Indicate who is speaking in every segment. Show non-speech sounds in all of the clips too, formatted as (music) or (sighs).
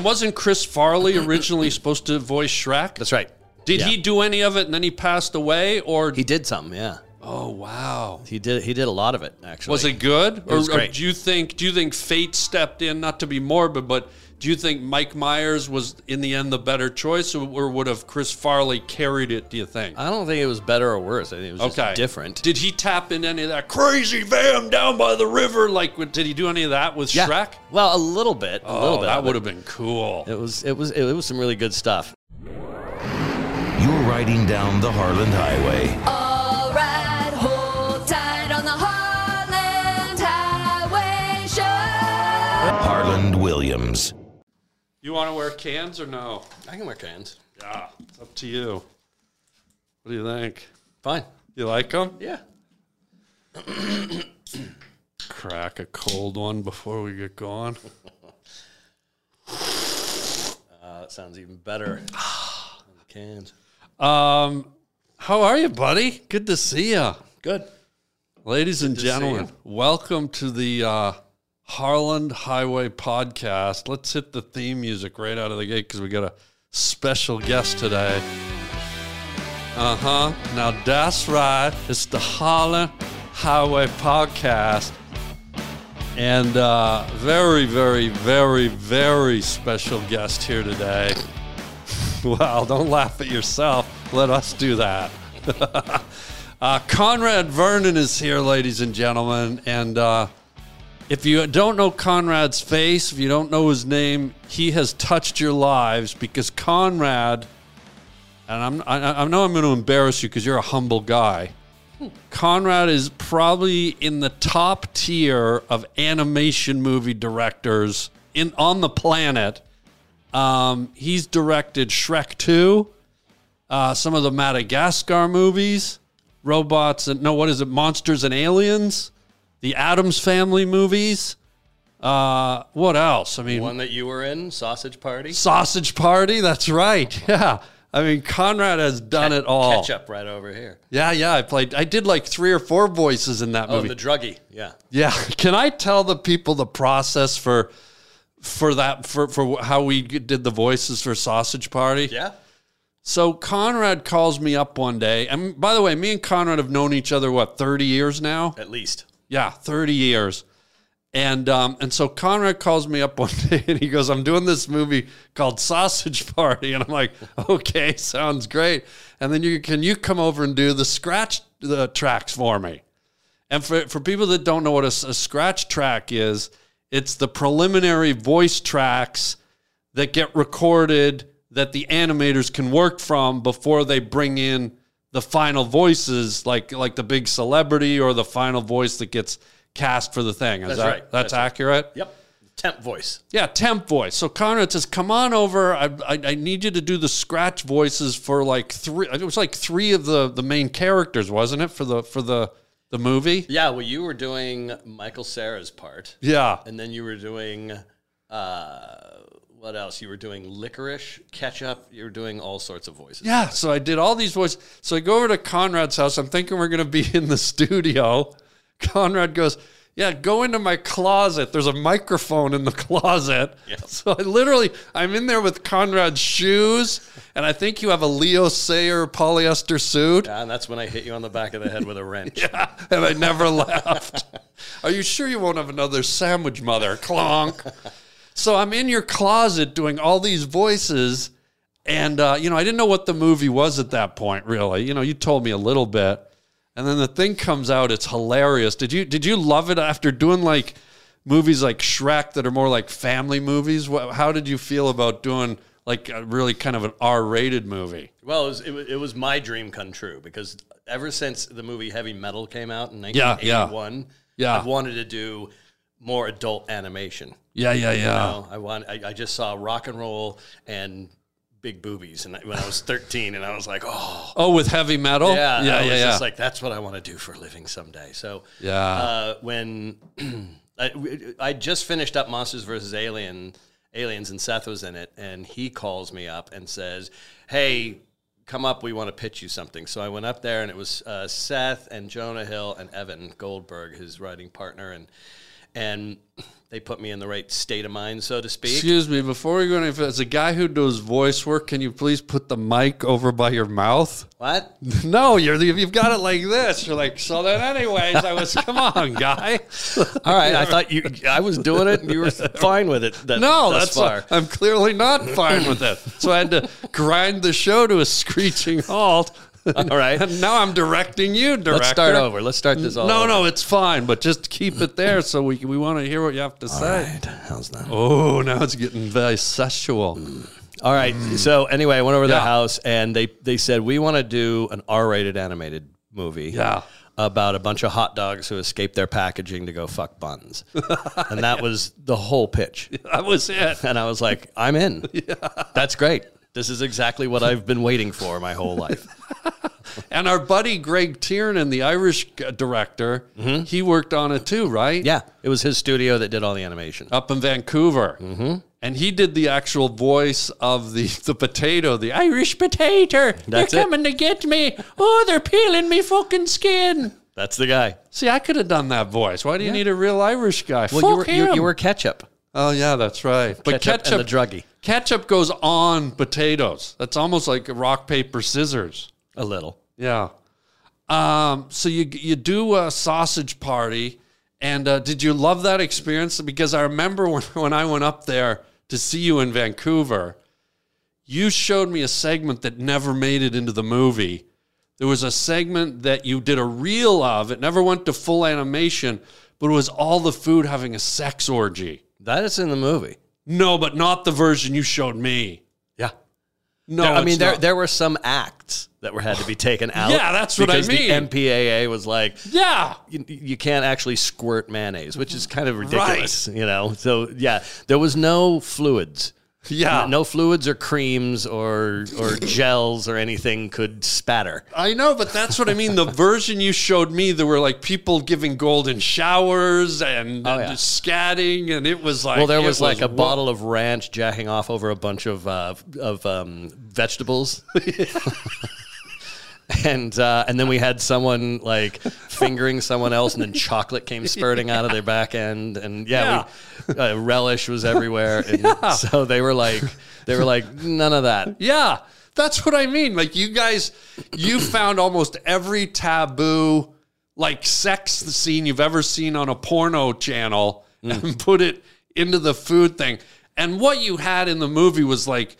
Speaker 1: wasn't Chris Farley originally supposed to voice Shrek?
Speaker 2: That's right.
Speaker 1: Did
Speaker 2: Yeah.
Speaker 1: he do any of it and then he passed away, or
Speaker 2: He did some. Yeah,
Speaker 1: oh wow,
Speaker 2: he did. He did a lot of it actually.
Speaker 1: was it good? or,
Speaker 2: was
Speaker 1: or
Speaker 2: great.
Speaker 1: do you think do you think fate stepped in? Not to be morbid, but do you think Mike Myers was in the end the better choice, or, or would have Chris Farley carried it? Do you think?
Speaker 2: I don't think it was better or worse. I think it was
Speaker 1: okay,
Speaker 2: just Uh, different.
Speaker 1: Did he tap into any of that crazy van down by the river? Like, what- did he do any of that with
Speaker 2: yeah.
Speaker 1: Shrek?
Speaker 2: Well, a little bit. a little
Speaker 1: Oh,
Speaker 2: bit.
Speaker 1: that
Speaker 2: of
Speaker 1: would
Speaker 2: it.
Speaker 1: have been cool.
Speaker 2: It was. It was. It was some really good stuff.
Speaker 3: You're riding down the Harland Highway.
Speaker 4: All right, hold tight on the Heartland Highway Show.
Speaker 3: Harland Williams.
Speaker 1: You want to wear cans or no?
Speaker 2: I can wear cans.
Speaker 1: Yeah, it's up to you. What do you think?
Speaker 2: Fine.
Speaker 1: You like them?
Speaker 2: Yeah.
Speaker 1: Crack a cold one before we get going.
Speaker 2: Uh, that sounds even (sighs) better. cans.
Speaker 1: Um, how are you, buddy? Good to see you,
Speaker 2: Good.
Speaker 1: ladies and gentlemen.
Speaker 2: ya.
Speaker 1: Welcome to the uh, Harland Highway Podcast. Let's hit the theme music right out of the gate because we got a special guest today. Uh huh. Now that's right. It's the Harland Highway Podcast. And uh, very, very, very, very special guest here today. (laughs) Well, don't laugh at yourself. Let us do that. uh, Conrad Vernon is here, ladies and gentlemen. And uh, if you don't know Conrad's face, if you don't know his name, he has touched your lives because Conrad, and I'm, I, I know I'm going to embarrass you because you're a humble guy. Conrad is probably in the top tier of animation movie directors in on the planet. Um, he's directed Shrek 2, uh, some of the Madagascar movies, robots and no, what is it? Monsters and Aliens, the Adams Family movies. Uh, what else? I mean,
Speaker 2: One that you were in, sausage party.
Speaker 1: Sausage Party. That's right. (laughs) Yeah. I mean, Conrad has done it all.
Speaker 2: Ketchup right over here.
Speaker 1: Yeah, yeah. I played. I did like three or four voices in that
Speaker 2: Oh,
Speaker 1: movie.
Speaker 2: the druggie. Yeah.
Speaker 1: Yeah. (laughs) Can I tell the people the process for for that for for how we did the voices for Sausage Party?
Speaker 2: Yeah.
Speaker 1: So Conrad calls me up one day, and by the way, me and Conrad have known each other what thirty years now.
Speaker 2: At least.
Speaker 1: Yeah, thirty years. And um, and so Conrad calls me up (laughs) one day and he goes, "I'm doing this movie called Sausage Party," and I'm like, "Okay, sounds great." And then you can you come over and do the scratch the tracks for me. And for, for people that don't know what a, s- a scratch track is, it's the preliminary voice tracks that get recorded that the animators can work from before they bring in the final voices, like like the big celebrity or the final voice that gets cast for the thing. Is
Speaker 2: That's
Speaker 1: that,
Speaker 2: right.
Speaker 1: That's,
Speaker 2: That's right.
Speaker 1: accurate.
Speaker 2: Yep. Temp voice.
Speaker 1: Yeah, temp voice. So Conrad says, "Come on over. I, I, I need you to do the scratch voices for like three. It was like three of the the main characters, wasn't it? For the for the the movie.
Speaker 2: Yeah. Well, you were doing Michael Sarah's part,
Speaker 1: Yeah.
Speaker 2: and then you were doing uh, what else? You were doing licorice, ketchup. You were doing all sorts of voices.
Speaker 1: Yeah, so I did all these voices. So I go over to Conrad's house. I'm thinking we're going to be (laughs) in the studio. Conrad goes, "Yeah, go into my closet. There's a microphone in the (laughs) closet." So I literally, I'm in there with Conrad's shoes, and I think you have a Leo Sayer polyester suit,
Speaker 2: Yeah, and that's when I hit you on the back of the head
Speaker 1: (laughs)
Speaker 2: with a wrench.
Speaker 1: and I never left. Are you sure you won't have another sandwich, mother? Clonk. so I'm in your closet doing all these voices. And, uh, you know, I didn't know what the movie was at that point, really. You know, you told me a little bit. And then the thing comes out. It's hilarious. Did you did you love it after doing like movies like Shrek that are more like family movies? Wha- How did you feel about doing like a really kind of an R rated movie?
Speaker 2: Well, it was, it, was, it was my dream come true because ever since the movie Heavy Metal came out in
Speaker 1: Yeah, yeah.
Speaker 2: 1981,
Speaker 1: Yeah.
Speaker 2: I've wanted to do more adult animation.
Speaker 1: Yeah, yeah, yeah.
Speaker 2: know, I want. I, I just saw rock and roll and big boobies, and I- when I was thirteen, and I was like, oh.
Speaker 1: Oh, with heavy metal?
Speaker 2: Yeah,
Speaker 1: yeah,
Speaker 2: I was
Speaker 1: yeah. yeah.
Speaker 2: just like that's what I want to do for a living someday. So
Speaker 1: Yeah.
Speaker 2: uh, when (clears throat) I, we- I just finished up Monsters versus Alien Aliens, and Seth was in it, and he calls me up and says, "Hey, come up, we want to pitch you something." So I went up there, and it was uh, Seth and Jonah Hill and Evan Goldberg, his writing partner, and and (clears throat) they put me in the right state of mind, so to speak.
Speaker 1: Excuse me, before we go any further, as a guy who does voice work, can you please put the mic over by your mouth? (laughs)
Speaker 2: what?
Speaker 1: No, you're you've got it like this. You're like, so then anyways, I was come on, guy.
Speaker 2: (laughs) All right, I thought you. (laughs) I was doing it, and you were fine with it.
Speaker 1: (laughs)
Speaker 2: That,
Speaker 1: No,
Speaker 2: thus
Speaker 1: that's
Speaker 2: far.
Speaker 1: I'm clearly
Speaker 2: (laughs)
Speaker 1: not fine with it. So I had to grind the show to a screeching halt.
Speaker 2: all right.
Speaker 1: And now I'm directing you, director.
Speaker 2: Let's start over. Let's start this all.
Speaker 1: no,
Speaker 2: over.
Speaker 1: no, it's fine, but just keep it there so we we want to hear what you have to
Speaker 2: All
Speaker 1: say.
Speaker 2: right, how's that?
Speaker 1: Oh, now it's getting very sexual.
Speaker 2: All right. So anyway, I went over to
Speaker 1: Yeah.
Speaker 2: their house and they they said we want to do an R-rated animated movie.
Speaker 1: Yeah.
Speaker 2: About a bunch of hot dogs who escaped their packaging to go fuck buns. (laughs) and that was the whole pitch.
Speaker 1: (laughs) That was
Speaker 2: (laughs)
Speaker 1: it.
Speaker 2: And I was like,
Speaker 1: (laughs)
Speaker 2: I'm in. That's great. This is exactly what I've been waiting for my
Speaker 1: (laughs)
Speaker 2: whole life.
Speaker 1: And our buddy Greg Tiernan, the Irish g- director, he worked on it too, right?
Speaker 2: Mm-hmm. Yeah. It was his studio that did all the animation.
Speaker 1: Up in Vancouver. Mm-hmm. And he did the actual voice of the, (laughs) the potato, the Irish potato.
Speaker 2: That's
Speaker 1: they're
Speaker 2: it.
Speaker 1: coming to get me. Oh, they're peeling me fucking skin.
Speaker 2: That's the guy.
Speaker 1: See, I could have done that voice. Why do you need a real Irish guy?
Speaker 2: Well, you
Speaker 1: Fuck
Speaker 2: were,
Speaker 1: him.
Speaker 2: you, you were ketchup.
Speaker 1: Oh, yeah, that's right. But
Speaker 2: Ketchup
Speaker 1: ketchup,
Speaker 2: and the druggie.
Speaker 1: ketchup goes on potatoes. That's almost like rock, paper, scissors.
Speaker 2: A little.
Speaker 1: Yeah. Um, so you you do a sausage party, and uh, did you love that experience? Because I remember (laughs) when, when I went up there to see you in Vancouver, you showed me a segment that never made it into the movie. There was a segment that you did a reel of. It never went to full animation, but it was all the food having a sex orgy.
Speaker 2: That is in the movie.
Speaker 1: No, but not the version you showed me.
Speaker 2: Yeah.
Speaker 1: No,
Speaker 2: There- I
Speaker 1: it's
Speaker 2: mean, there,
Speaker 1: not.
Speaker 2: there were some acts that were had to be taken
Speaker 1: (laughs)
Speaker 2: out.
Speaker 1: Yeah, that's what I
Speaker 2: because
Speaker 1: mean.
Speaker 2: The MPAA was like,
Speaker 1: yeah.
Speaker 2: you, you can't actually squirt mayonnaise, which is kind of ridiculous, you know. So yeah, there was no fluids.
Speaker 1: Yeah.
Speaker 2: No fluids or creams or or gels or anything could spatter.
Speaker 1: I know, but that's what I mean. The version you showed me, there were like people giving golden showers and,
Speaker 2: Oh,
Speaker 1: and
Speaker 2: yeah.
Speaker 1: scatting, and it was like
Speaker 2: Well, there
Speaker 1: it
Speaker 2: was like a
Speaker 1: wo-
Speaker 2: bottle of ranch jacking off over a bunch of uh, of um, vegetables. (laughs) And uh, and then we had someone like fingering someone else, and then chocolate came spurting out of their back end, and yeah, We, uh, relish was everywhere. (laughs) And So they were like, they were like, none of that.
Speaker 1: Yeah, that's what I mean. Like you guys, you found almost every taboo like sex scene you've ever seen on a porno channel and put it into the food thing. And what you had in the movie was like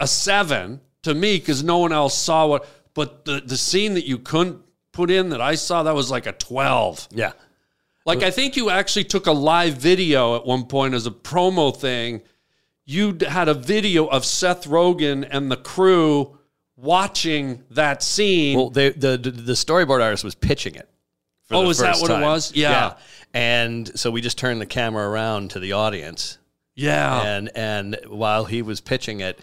Speaker 1: a seven to me because no one else saw what. But the the scene that you couldn't put in that I saw that was like a twelve.
Speaker 2: Yeah,
Speaker 1: Like I think you actually took a live video at one point as a promo thing. You d- had a video of Seth Rogen and the crew watching that scene.
Speaker 2: Well, they, the the- the storyboard artist was pitching it. for
Speaker 1: Oh,
Speaker 2: the
Speaker 1: is that
Speaker 2: first
Speaker 1: what it
Speaker 2: time.
Speaker 1: was? Yeah.
Speaker 2: And so we just turned the camera around to the audience,
Speaker 1: yeah.
Speaker 2: and and while he was pitching it,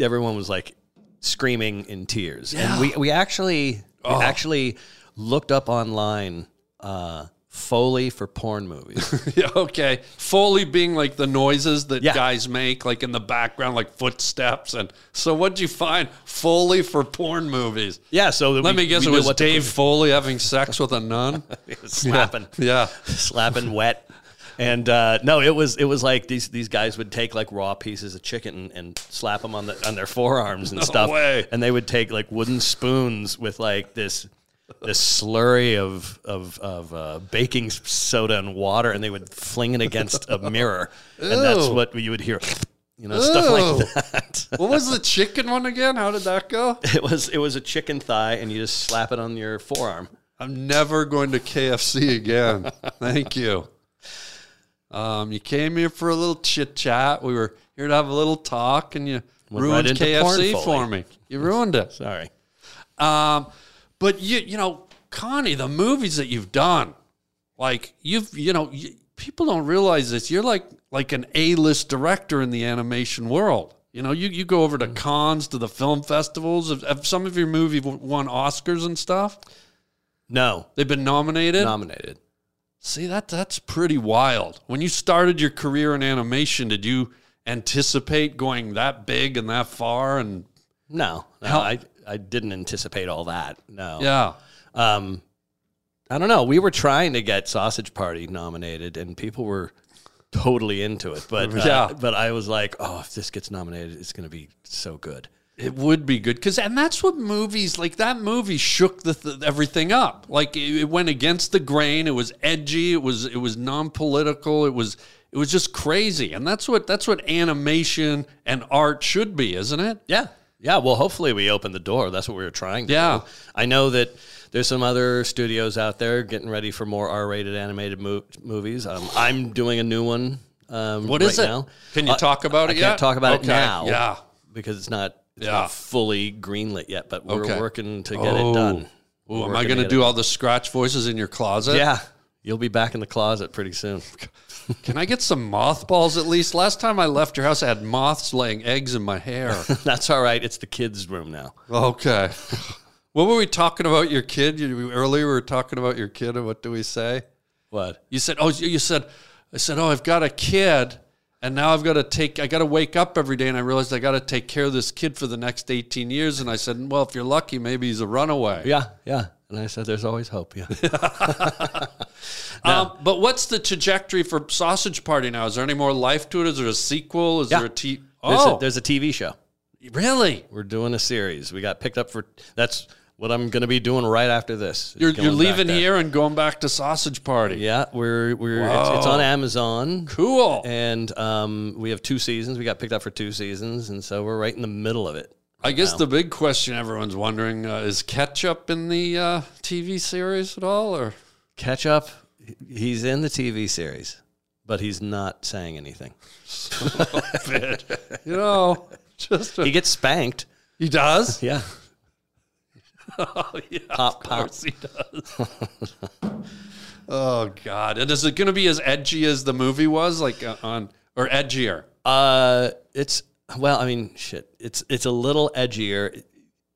Speaker 2: everyone was like screaming in tears. And we we actually
Speaker 1: Oh.
Speaker 2: we actually looked up online uh, Foley for
Speaker 1: (laughs)
Speaker 2: porn movies.
Speaker 1: (laughs) Yeah, okay. Foley being like the noises that
Speaker 2: Yeah.
Speaker 1: guys make, like in the background, like footsteps. And so, what'd you find? Foley for porn movies.
Speaker 2: yeah. So
Speaker 1: Let me guess, it was Dave Foley having sex with a
Speaker 2: (laughs)
Speaker 1: nun.
Speaker 2: slapping.
Speaker 1: yeah.
Speaker 2: slapping wet. And uh, no, it was it was like these these guys would take like raw pieces of chicken and, and slap them on the on their forearms and stuff.
Speaker 1: way.
Speaker 2: And they would take like wooden spoons with like this this slurry of of of uh, baking soda and water, and they would fling it against a mirror, and that's
Speaker 1: Ew.
Speaker 2: what you would hear. You know, stuff
Speaker 1: Ew.
Speaker 2: like that. (laughs)
Speaker 1: What was the chicken one again? How did that go?
Speaker 2: it was it was a chicken thigh, and you just slap it on your forearm.
Speaker 1: I'm never going to KFC
Speaker 2: (laughs)
Speaker 1: again. Thank you. Um, you came here for a little chit chat. We were here to have a little talk, and you
Speaker 2: Went right
Speaker 1: ruined
Speaker 2: into
Speaker 1: KFC for
Speaker 2: porn foley.
Speaker 1: me. You ruined it.
Speaker 2: Sorry.
Speaker 1: Um, but you, you know, Connie, the movies that you've done, like you've, you know, you, people don't realize this. You're like like an A-list director in the animation world. You know, you, you go over to
Speaker 2: Mm-hmm.
Speaker 1: cons, to the film festivals. Have, have some of your movies won Oscars and stuff?
Speaker 2: No,
Speaker 1: They've been nominated.
Speaker 2: nominated.
Speaker 1: See that that's pretty wild. When you started your career in animation, did you anticipate going that big and that far? And
Speaker 2: No, no I, I didn't anticipate all that. No.
Speaker 1: yeah,
Speaker 2: Um, I don't know. We were trying to get Sausage Party nominated, and people were totally into it. But uh,
Speaker 1: Yeah.
Speaker 2: but I was like, oh, if this gets nominated, it's going to be so good.
Speaker 1: It would be good because, and that's what movies like that movie shook the th- everything up. Like it, it went against the grain. It was edgy. It was it was non political. It was it was just crazy. And that's what that's what animation and art should be, isn't it?
Speaker 2: Yeah. Yeah. Well, hopefully we opened the door. That's what we were trying to
Speaker 1: Yeah.
Speaker 2: do. I know that there's some other studios out there getting ready for more R rated animated mo- movies. Um, I'm doing a new one. Um,
Speaker 1: What is
Speaker 2: right
Speaker 1: it?
Speaker 2: Now.
Speaker 1: Can you
Speaker 2: Uh,
Speaker 1: talk about
Speaker 2: I
Speaker 1: it
Speaker 2: can't
Speaker 1: yet?
Speaker 2: talk about it
Speaker 1: Okay.
Speaker 2: now.
Speaker 1: Yeah.
Speaker 2: Because it's not. It's
Speaker 1: Yeah.
Speaker 2: not fully greenlit yet, but we're
Speaker 1: Okay. Oh.
Speaker 2: working to get it done.
Speaker 1: Ooh, am
Speaker 2: We're
Speaker 1: I
Speaker 2: working
Speaker 1: going to
Speaker 2: get
Speaker 1: do
Speaker 2: it.
Speaker 1: all the scratch voices in your closet?
Speaker 2: Yeah, you'll be back in the closet pretty soon. (laughs)
Speaker 1: Can I get some mothballs at least? Last time I left your house, I had moths laying eggs in my
Speaker 2: (laughs)
Speaker 1: hair.
Speaker 2: That's all right. It's the kids' room now.
Speaker 1: okay. What were we talking about your kid? You, earlier we were talking about your kid, and what do we say?
Speaker 2: What?
Speaker 1: You said, "Oh, you you said," I said, "Oh, I've got a kid, and now I've got to take. I got to wake up every day, and I realized I got to take care of this kid for the next eighteen years." And I said, "Well, if you're lucky, maybe he's a runaway."
Speaker 2: Yeah, yeah. And I said, "There's always hope."
Speaker 1: (laughs)
Speaker 2: Yeah.
Speaker 1: Um, but what's the trajectory for Sausage Party now? Is there any more life to it? Is there a sequel? Is
Speaker 2: Yeah.
Speaker 1: there a T?
Speaker 2: There's,
Speaker 1: Oh,
Speaker 2: a, there's a TV show.
Speaker 1: really?
Speaker 2: We're doing a series. We got picked up for. That's what I'm going to be doing right after this. is
Speaker 1: You're,
Speaker 2: going
Speaker 1: you're
Speaker 2: back
Speaker 1: leaving
Speaker 2: there.
Speaker 1: here and going back to Sausage Party.
Speaker 2: Yeah, we're we're it's, it's on Amazon.
Speaker 1: Cool.
Speaker 2: And um, we have two seasons. We got picked up for two seasons, and so we're right in the middle of it.
Speaker 1: I guess the big question everyone's wondering uh, is ketchup in the uh, TV series at all? Or
Speaker 2: Catch up. He's in the TV series, but he's not saying anything.
Speaker 1: you know, just a-
Speaker 2: He gets spanked.
Speaker 1: he
Speaker 2: (laughs)
Speaker 1: does.
Speaker 2: Yeah. pop pop.
Speaker 1: He does. (laughs) oh God! And is it going to be as edgy as the movie was, like uh, on or edgier?
Speaker 2: Uh, it's well, I mean, shit. It's it's a little edgier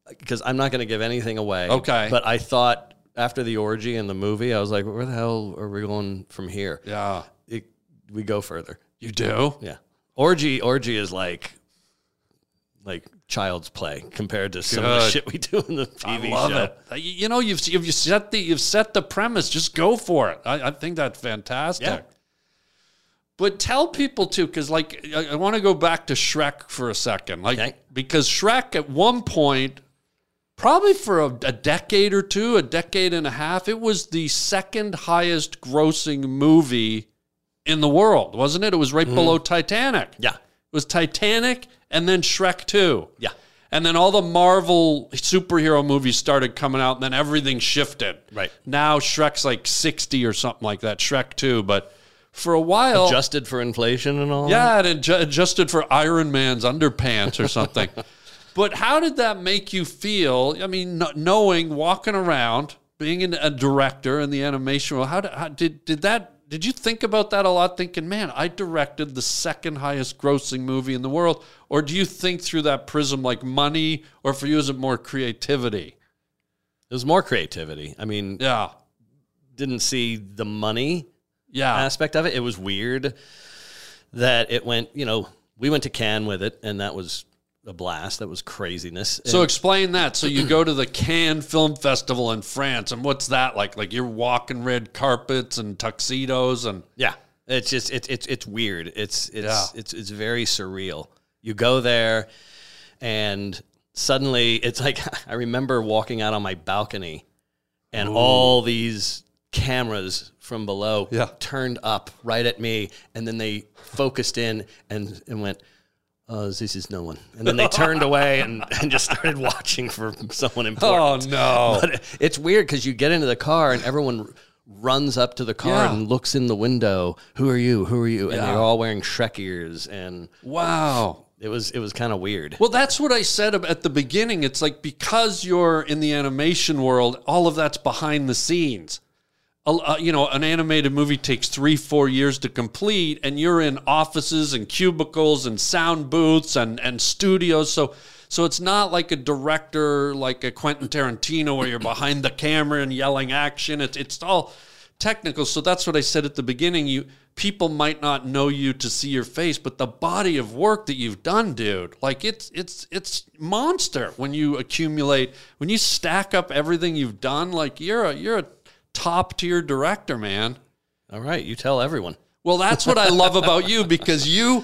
Speaker 2: because I'm not going to give anything away.
Speaker 1: Okay.
Speaker 2: But I thought after the orgy in the movie, I was like, where the hell are we going from here?
Speaker 1: Yeah,
Speaker 2: It, we go further.
Speaker 1: you do.
Speaker 2: Yeah. Orgy orgy is like like child's play compared to some of the
Speaker 1: Good.
Speaker 2: shit we do in the TV
Speaker 1: I love
Speaker 2: show.
Speaker 1: it. Uh, You you know, you've you've you've set the you've set the premise. Just go for it. I, I think that's fantastic.
Speaker 2: Yeah.
Speaker 1: But tell people too, because like I, I want to go back to Shrek for a second, like
Speaker 2: Okay.
Speaker 1: because Shrek at one point, probably for a, a decade or two, a decade and a half, it was the second highest grossing movie in the world, wasn't it? It was right below Titanic.
Speaker 2: Mm-hmm. Yeah.
Speaker 1: It was Titanic and then Shrek 2.
Speaker 2: Yeah.
Speaker 1: And then all the Marvel superhero movies started coming out, and then everything shifted.
Speaker 2: Right.
Speaker 1: Now Shrek's like 60 or something like that, Shrek 2. But for a while.
Speaker 2: Adjusted for inflation and all.
Speaker 1: Oh. yeah, it adju- adjusted for Iron Man's underpants or something. but how did that make you feel? I mean, kn- knowing, walking around, being an, a director in the animation world, how, did, how did, did that. Did you think about that a lot, thinking, man, I directed the second highest grossing movie in the world? Or do you think through that prism like money, or for you, is it more creativity?
Speaker 2: There's more creativity. I mean,
Speaker 1: Yeah.
Speaker 2: didn't see the money
Speaker 1: Yeah.
Speaker 2: aspect of it. It was weird that it went, you know, we went to Cannes with it and that was a blast. That was craziness.
Speaker 1: So
Speaker 2: And
Speaker 1: explain that. So you go to the Cannes Film Festival in France, and what's that like? Like you're walking red carpets and tuxedos, and
Speaker 2: yeah, it's just, it's, it's, it's weird. It's, it's,
Speaker 1: Yeah.
Speaker 2: it's, it's very surreal. You go there and suddenly it's like, (laughs) I remember walking out on my balcony and all these cameras from below
Speaker 1: Yeah.
Speaker 2: turned up right at me and then they focused in and, and went oh this is no one and then they turned away and, and just started (laughs) watching for
Speaker 1: (laughs)
Speaker 2: someone important
Speaker 1: no,
Speaker 2: but it's weird because you get into the car and everyone runs up to the car
Speaker 1: Yeah.
Speaker 2: and looks in the window who are you who are you and
Speaker 1: Yeah.
Speaker 2: they're all wearing shrek ears and
Speaker 1: wow.
Speaker 2: it was it was kind of weird
Speaker 1: Well, that's what I said ab- at the beginning. It's like because you're in the animation world, all of that's behind the scenes. A- uh, you know, an animated movie takes three, four years to complete, and you're in offices and cubicles and sound booths and and studios. So, so it's not like a director like a Quentin Tarantino where you're behind the camera and yelling action. It's it's all technical. So that's what I said at the beginning. You people might not know you to see your face, but the body of work that you've done, dude, like it's it's it's monster when you accumulate when you stack up everything you've done. Like you're a you're a top tier director, man.
Speaker 2: All right, you tell everyone.
Speaker 1: Well, that's what I love about you because you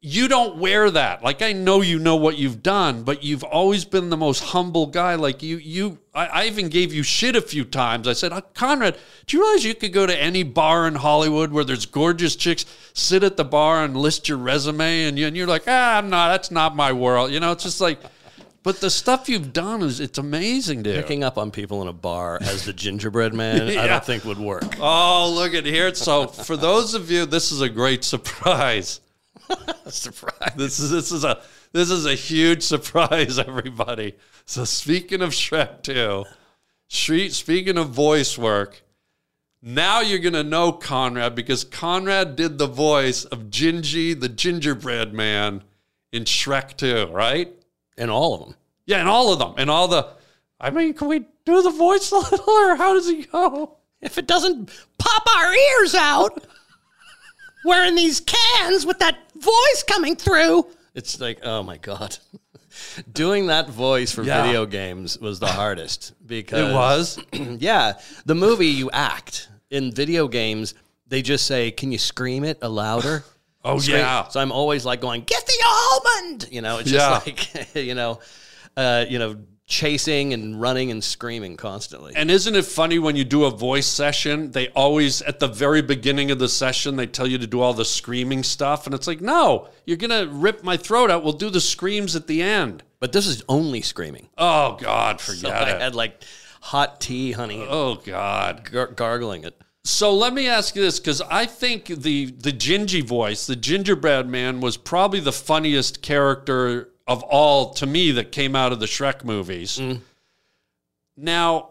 Speaker 1: you don't wear that. Like I know you know what you've done, but you've always been the most humble guy. Like you you I, I even gave you shit a few times. I said, "Uh, Conrad, do you realize you could go to any bar in Hollywood where there's gorgeous chicks, sit at the bar and list your resume and you and you're like, ah no, that's not my world. You know, it's just like but the stuff you've done is it's amazing, dude.
Speaker 2: Picking up on people in a bar as the
Speaker 1: (laughs)
Speaker 2: gingerbread man, I
Speaker 1: Yeah.
Speaker 2: don't think would work.
Speaker 1: Oh, look at here. So, for those of you, this is a great surprise.
Speaker 2: Surprise.
Speaker 1: This is this is a this is a huge surprise, everybody. So, speaking of Shrek 2, Shre- speaking of voice work, now you're gonna know Conrad because Conrad did the voice of Gingy, the gingerbread man, in Shrek 2, right?
Speaker 2: And all of them.
Speaker 1: Yeah, and all of them, and all the. I mean, can we do the voice a little, or how does it go?
Speaker 2: If it doesn't pop our ears out, we're in these cans with that voice coming through. It's like, oh my God. (laughs) Doing that voice for
Speaker 1: Yeah.
Speaker 2: video games was the hardest because
Speaker 1: It was.
Speaker 2: yeah, the movie you act in video games, they just say, "Can you scream it
Speaker 1: (sighs)
Speaker 2: a louder?"
Speaker 1: Oh
Speaker 2: Scream-
Speaker 1: yeah.
Speaker 2: So I'm always like going, "Get the almond," you know. It's
Speaker 1: Yeah.
Speaker 2: just like (laughs) you know, uh, you know, chasing and running and screaming constantly.
Speaker 1: And isn't it funny when you do a voice session, they always at the very beginning of the session they tell you to do all the screaming stuff and it's like, "No, you're going to rip my throat out. We'll do the screams at the end."
Speaker 2: but this is only screaming.
Speaker 1: Oh god, forget
Speaker 2: So I
Speaker 1: it.
Speaker 2: had like hot tea, honey, and
Speaker 1: oh god.
Speaker 2: gar- gargling it.
Speaker 1: So let me ask you this cuz I think the the Gingy voice, the gingerbread man was probably the funniest character of all to me that came out of the Shrek movies.
Speaker 2: Mm.
Speaker 1: Now,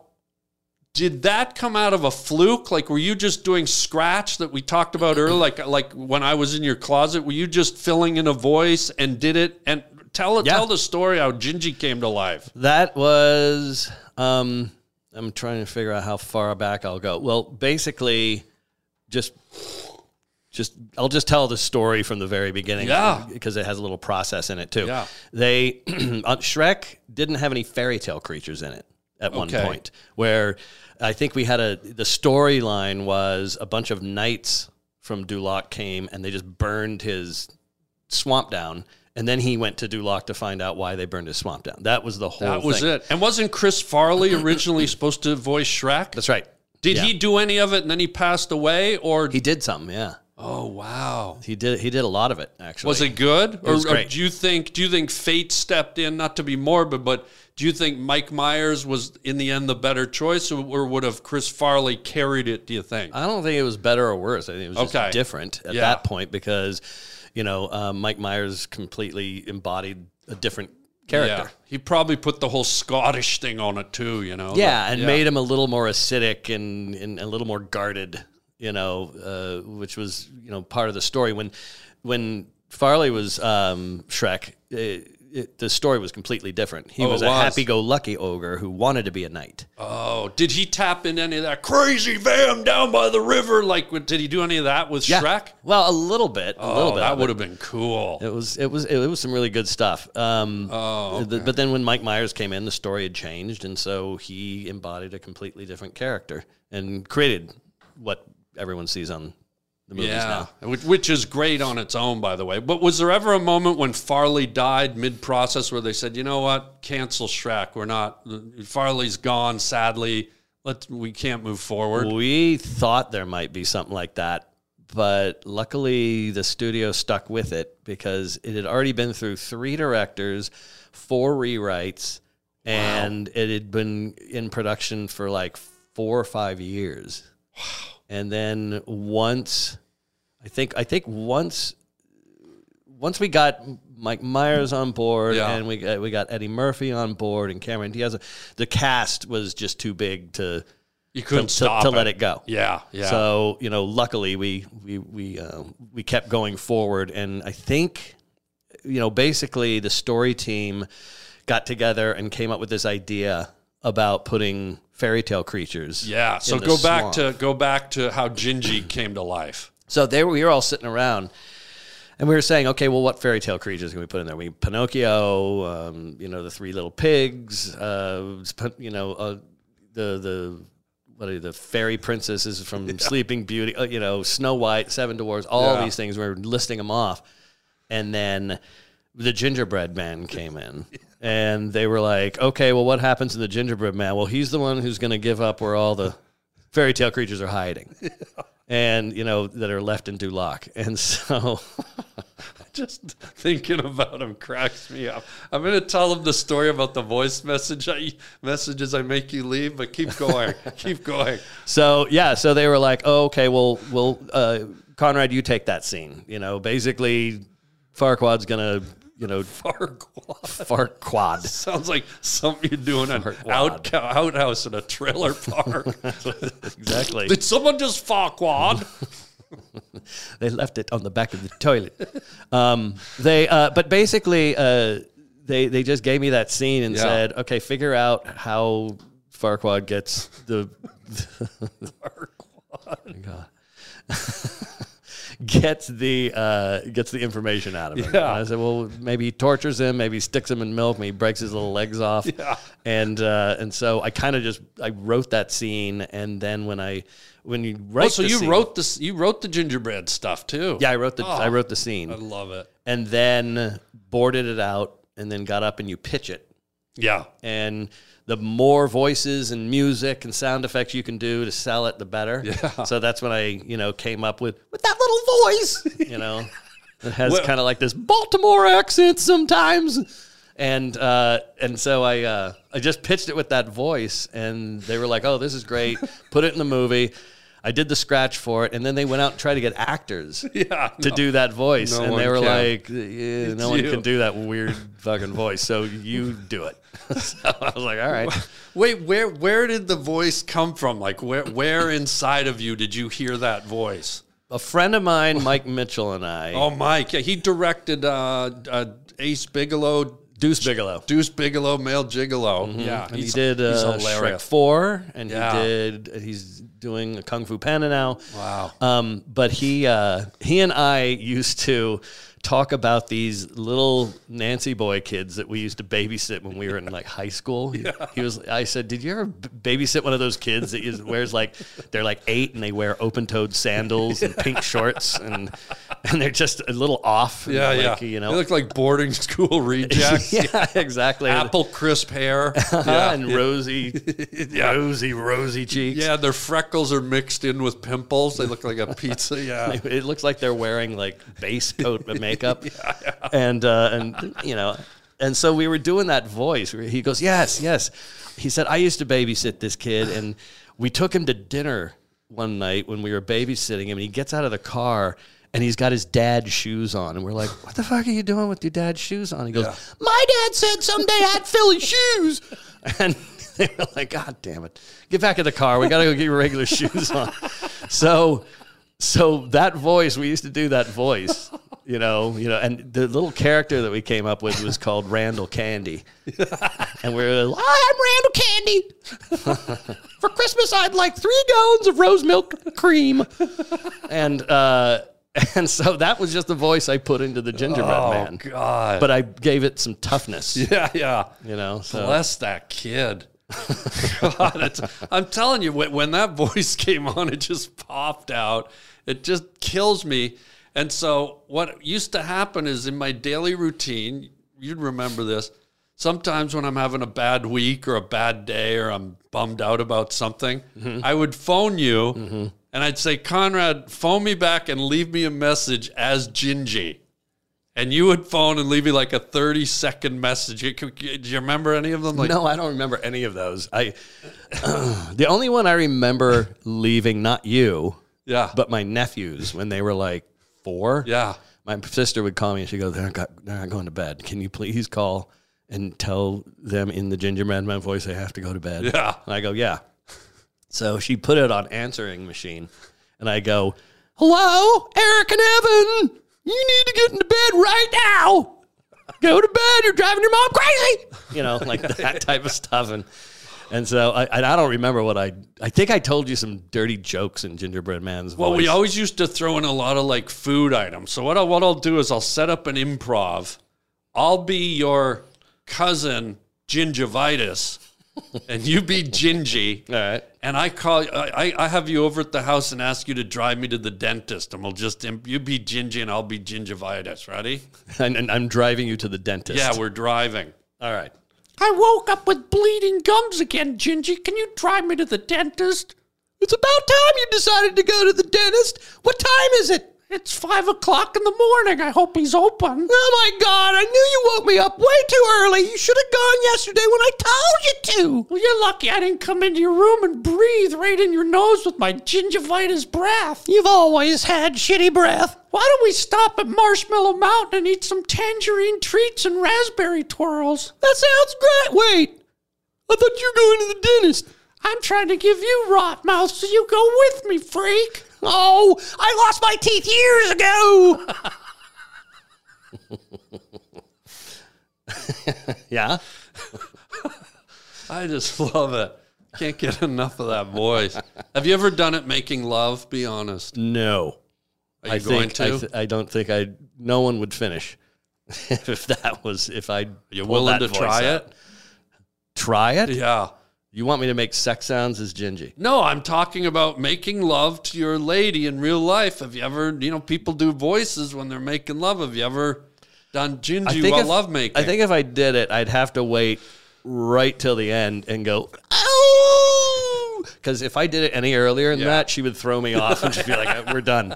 Speaker 1: did that come out of a fluke? Like, were you just doing scratch that we talked about
Speaker 2: (clears throat)
Speaker 1: earlier? Like, like when I was in your closet, were you just filling in a voice and did it? And tell
Speaker 2: Yeah.
Speaker 1: tell the story how Gingy came to life.
Speaker 2: That was um I'm trying to figure out how far back I'll go. Well, basically just just I'll just tell the story from the very beginning
Speaker 1: Yeah.
Speaker 2: because it has a little process in it too.
Speaker 1: Yeah.
Speaker 2: They (clears throat) uh, Shrek didn't have any fairy tale creatures in it at one
Speaker 1: Okay.
Speaker 2: point where I think we had a the storyline was a bunch of knights from Duloc came and they just burned his swamp down and then he went to Duloc to find out why they burned his swamp down. That was the whole
Speaker 1: That was
Speaker 2: thing.
Speaker 1: it. And wasn't Chris Farley originally supposed to voice Shrek?
Speaker 2: That's right.
Speaker 1: Did
Speaker 2: yeah.
Speaker 1: he do any of it and then he passed away? Or
Speaker 2: He did some, yeah.
Speaker 1: oh wow,
Speaker 2: He did he did a lot of it actually.
Speaker 1: was it good? or,
Speaker 2: was
Speaker 1: or
Speaker 2: great.
Speaker 1: do you think do you think fate stepped in? Not to be morbid, but do you think Mike Myers was in the end the better choice, or, or would have Chris Farley carried it? Do you think?
Speaker 2: I don't think it was better or worse. I think it was just
Speaker 1: Okay.
Speaker 2: different at
Speaker 1: Yeah.
Speaker 2: that point because, you know, um, Mike Myers completely embodied a different character.
Speaker 1: Yeah, he probably put the whole Scottish thing on it too. You know.
Speaker 2: Yeah, and
Speaker 1: yeah.
Speaker 2: made him a little more acidic and, and a little more guarded, you know, uh, which was you know part of the story. When when Farley was um, Shrek, it, it, the story was completely different. He
Speaker 1: Oh, it
Speaker 2: was, a
Speaker 1: was.
Speaker 2: happy-go-lucky ogre who wanted to be a knight.
Speaker 1: Oh, did he tap in any of that crazy van down by the river? Like, what- did he do any of that with Shrek?
Speaker 2: Well, a little bit, a
Speaker 1: Oh,
Speaker 2: little bit.
Speaker 1: that
Speaker 2: of it.
Speaker 1: would have been cool.
Speaker 2: It was it was it was some really good stuff. Um, oh, but then when Mike Myers came in, the story had changed, and so he embodied a completely different character and created what everyone sees on the movies now.
Speaker 1: which, which is great on its own, by the way. But was there ever a moment when Farley died mid-process where they said, "You know what? Cancel Shrek. We're not. Farley's gone. Sadly, let we can't move forward."
Speaker 2: We thought there might be something like that, but luckily the studio stuck with it because it had already been through three directors, four rewrites, and it had been in production for like four or five years. And then once, I think, I think once. Once we got Mike Myers on board
Speaker 1: Yeah.
Speaker 2: and we got, we got Eddie Murphy on board and Cameron Diaz, the cast was just too big to
Speaker 1: You couldn't
Speaker 2: to,
Speaker 1: stop
Speaker 2: to let it go.
Speaker 1: Yeah, yeah.
Speaker 2: So you know, luckily we we we uh, we kept going forward, and I think you know basically the story team got together and came up with this idea about putting fairy tale creatures.
Speaker 1: yeah. So
Speaker 2: in the
Speaker 1: go back
Speaker 2: swamp.
Speaker 1: to go back to how Gingy came to life. (laughs)
Speaker 2: So they were, we were all sitting around, and we were saying, okay, well, what fairy tale creatures can we put in there? We Pinocchio, um, you know, the Three Little Pigs, uh, it's put- you know, uh, the the what are the fairy princesses from Sleeping Beauty, uh, you know, Snow White, Seven Dwarfs, all
Speaker 1: Yeah.
Speaker 2: these things. We're listing them off, and then the gingerbread man came in. And they were like, okay, well, what happens to the gingerbread man? Well, he's the one who's going to give up where all the fairy tale creatures are hiding and, you know, that are left in Duloc. (laughs) And so
Speaker 1: Just thinking about him cracks me up. I'm going to tell him the story about the voice message I, messages I make you leave, but keep
Speaker 2: (laughs)
Speaker 1: going, keep going.
Speaker 2: So yeah, so they were like, oh, okay, well, well, uh, Conrad, you take that scene. You know, basically, Farquad's gonna, you know,
Speaker 1: Farquaad (laughs)
Speaker 2: Farquad.
Speaker 1: sounds like something you're doing an
Speaker 2: Farquaad.
Speaker 1: out, (laughs) outhouse in a (laughs) trailer park.
Speaker 2: Exactly.
Speaker 1: Did someone just (laughs) Farquaad?
Speaker 2: (laughs) they left it on the back of the toilet. Um, they, uh, but basically, uh, they they just gave me that scene and
Speaker 1: Yeah.
Speaker 2: said, okay, figure out how Farquad gets the (laughs)
Speaker 1: Oh, Farquaad.
Speaker 2: gets the uh, gets the information out of him.
Speaker 1: Yeah.
Speaker 2: And I said, well, maybe he tortures him, maybe he sticks him in milk, maybe he breaks his little legs off.
Speaker 1: (laughs) Yeah.
Speaker 2: And uh, and so I kind of just I wrote that scene, and then when I when you write,
Speaker 1: Oh, so
Speaker 2: the
Speaker 1: you
Speaker 2: scene-
Speaker 1: wrote this? You wrote the gingerbread stuff too?
Speaker 2: yeah, I wrote the I
Speaker 1: Oh.
Speaker 2: wrote
Speaker 1: I
Speaker 2: the scene,
Speaker 1: love it.
Speaker 2: and then boarded it out, and then got up and you pitch it,
Speaker 1: Yeah, (laughs)
Speaker 2: and the more voices and music and sound effects you can do to sell it, the better.
Speaker 1: Yeah.
Speaker 2: So that's when I you know came up with with that little voice, you know, it has
Speaker 1: Well-
Speaker 2: kind of like this Baltimore accent sometimes. And uh, and so I uh, I just pitched it with that voice, and they were like, "Oh, this is great! Put it in the movie." I did the scratch for it, and then they went out and tried to get actors
Speaker 1: (laughs) yeah.
Speaker 2: to do that voice,
Speaker 1: no
Speaker 2: and they
Speaker 1: one
Speaker 2: were
Speaker 1: can.
Speaker 2: like, "Yeah, "No one
Speaker 1: you."
Speaker 2: can do that weird fucking voice." So you do it. (laughs) so I was like, "All right."
Speaker 1: Wait, where where did the voice come from? Like where where inside of you did you hear that voice?
Speaker 2: A friend of mine, Mike Mitchell, and I,
Speaker 1: Oh, Mike, yeah, he directed uh, uh, Ace Bigelow, Mm-hmm.
Speaker 2: Deuce Bigelow,
Speaker 1: Deuce Bigelow, Male Gigolo. Yeah,
Speaker 2: and he did uh, Shrek Four, and
Speaker 1: Yeah.
Speaker 2: he did. He's doing a Kung Fu Panda now.
Speaker 1: Wow.
Speaker 2: Um, but he uh, he and I used to talk about these little Nancy boy kids that we used to babysit when we were in like high
Speaker 1: (laughs)
Speaker 2: school. He, he was I said, "Did you ever b- babysit one of those kids that is, (laughs) wears like they're like 8 and they wear open-toed sandals and pink shorts and and they're just a little off." and
Speaker 1: Yeah,
Speaker 2: like,
Speaker 1: yeah.
Speaker 2: You
Speaker 1: they
Speaker 2: know.
Speaker 1: look like boarding (laughs) school rejects.
Speaker 2: (laughs) yeah, exactly.
Speaker 1: Apple crisp
Speaker 2: (laughs)
Speaker 1: hair.
Speaker 2: Yeah,
Speaker 1: Yeah.
Speaker 2: and rosy, rosy, rosy cheeks.
Speaker 1: yeah, their freckles are mixed in with pimples. They look
Speaker 2: (laughs)
Speaker 1: like a pizza. Yeah.
Speaker 2: It looks like they're wearing like base coat of makeup, and uh, and you know, and so we were doing that voice. where He goes, "Yes, yes." He said, "I used to babysit this kid, and we took him to dinner one night when we were babysitting him, and he gets out of the car." And he's got his dad's shoes on, and we're like, "What the fuck are you doing with your dad's shoes on?" He goes, "My dad said someday I'd fill his shoes," (laughs) and they were like, "God damn it, get back in the car. We gotta go get your regular (laughs) shoes on." So so that voice we used to do that voice you know you know and the little character that we came up with was called randall (laughs) candy and we were like oh, i'm randall candy (laughs) for christmas i'd like three gallons of rose milk cream and uh (laughs) and so that was just the voice i put into the gingerbread
Speaker 1: Oh
Speaker 2: man
Speaker 1: God.
Speaker 2: but i gave it some
Speaker 1: (laughs)
Speaker 2: toughness
Speaker 1: yeah, yeah.
Speaker 2: you know so
Speaker 1: Bless that kid. (laughs) God, it's, I'm telling you, when, when that (laughs) voice came on, it just popped out. It just kills me. And so, what used to happen is in my daily routine, you'd remember this. Sometimes when I'm having a bad week or a bad day or I'm bummed out about something, I would phone you and I'd say, Conrad, phone me back and leave me a message as Gingy and you would phone and leave me like a 30 second message. You- you- Do you remember any of them? Like,
Speaker 2: no, I don't remember any of those. I (clears throat) the only one I remember leaving, not you,
Speaker 1: Yeah.
Speaker 2: but my nephews when they were like four.
Speaker 1: Yeah.
Speaker 2: my sister would call me and she goes, "They're not, go- they're not going to bed. Can you please call and tell them in the gingerbread man voice they have to go to bed?"
Speaker 1: Yeah.
Speaker 2: and I go, "Yeah." So she put it on answering machine, and I go, "Hello, Eric and Evan, you need to get into bed right now." go to bed. You're driving your mom crazy. You know, (laughs) like that type of stuff. And and so I and I don't remember what I I think I told you some dirty jokes in Gingerbread Man's
Speaker 1: Well,
Speaker 2: voice.
Speaker 1: we always used to throw in a lot of like food items. So what I'll, what I'll do is I'll set up an
Speaker 2: (laughs)
Speaker 1: improv. I'll be your cousin gingivitis, and you be Gingy.
Speaker 2: All right.
Speaker 1: And I call I, I- I have you over at the house and ask you to drive me to the dentist, and we'll just you be Gingy and I'll be gingivitis. Ready?
Speaker 2: And, and I'm driving you to the dentist.
Speaker 1: Yeah, we're driving.
Speaker 2: All right.
Speaker 1: I woke up with bleeding gums again, Gingy. Can you drive me to the dentist?
Speaker 2: It's about time you decided to go to the dentist. What time is it?
Speaker 1: It's five o'clock in the morning. I hope he's open.
Speaker 2: Oh my God, I knew you woke me up way too early. You should have gone yesterday when I told you to.
Speaker 1: Well, you're lucky I didn't come into your room and breathe right in your nose with my gingivitis breath.
Speaker 2: You've always had shitty breath.
Speaker 1: Why don't we stop at Marshmallow Mountain and eat some tangerine treats and raspberry twirls?
Speaker 2: That sounds great. Wait, I thought you were going to the dentist.
Speaker 1: I'm trying to give you rot mouth, so you go with me, freak.
Speaker 2: Oh, I lost my teeth years ago.
Speaker 1: (laughs)
Speaker 2: yeah.
Speaker 1: I just (laughs) love it. Can't get enough of that
Speaker 2: (laughs)
Speaker 1: voice. Have you ever done it making love? Be honest.
Speaker 2: No.
Speaker 1: Are you
Speaker 2: I
Speaker 1: going
Speaker 2: think
Speaker 1: to?
Speaker 2: I, th- I don't think I. No one would finish (laughs) if that was if I.
Speaker 1: you
Speaker 2: pulled
Speaker 1: willing
Speaker 2: that
Speaker 1: to
Speaker 2: voice
Speaker 1: try
Speaker 2: out.
Speaker 1: it?
Speaker 2: Try it.
Speaker 1: Yeah.
Speaker 2: You want me to make sex sounds as Gingy?
Speaker 1: No, I'm talking about making love to your lady in real life. Have you ever, you know, people do voices when they're making love. Have you ever done gingy while
Speaker 2: if,
Speaker 1: love making?
Speaker 2: I think if I did it, I'd have to wait right till the end and go. Oh, because if I did it any earlier than
Speaker 1: Yeah.
Speaker 2: that, she would throw me off and just be like, "Uh,
Speaker 1: (laughs)
Speaker 2: "We're done."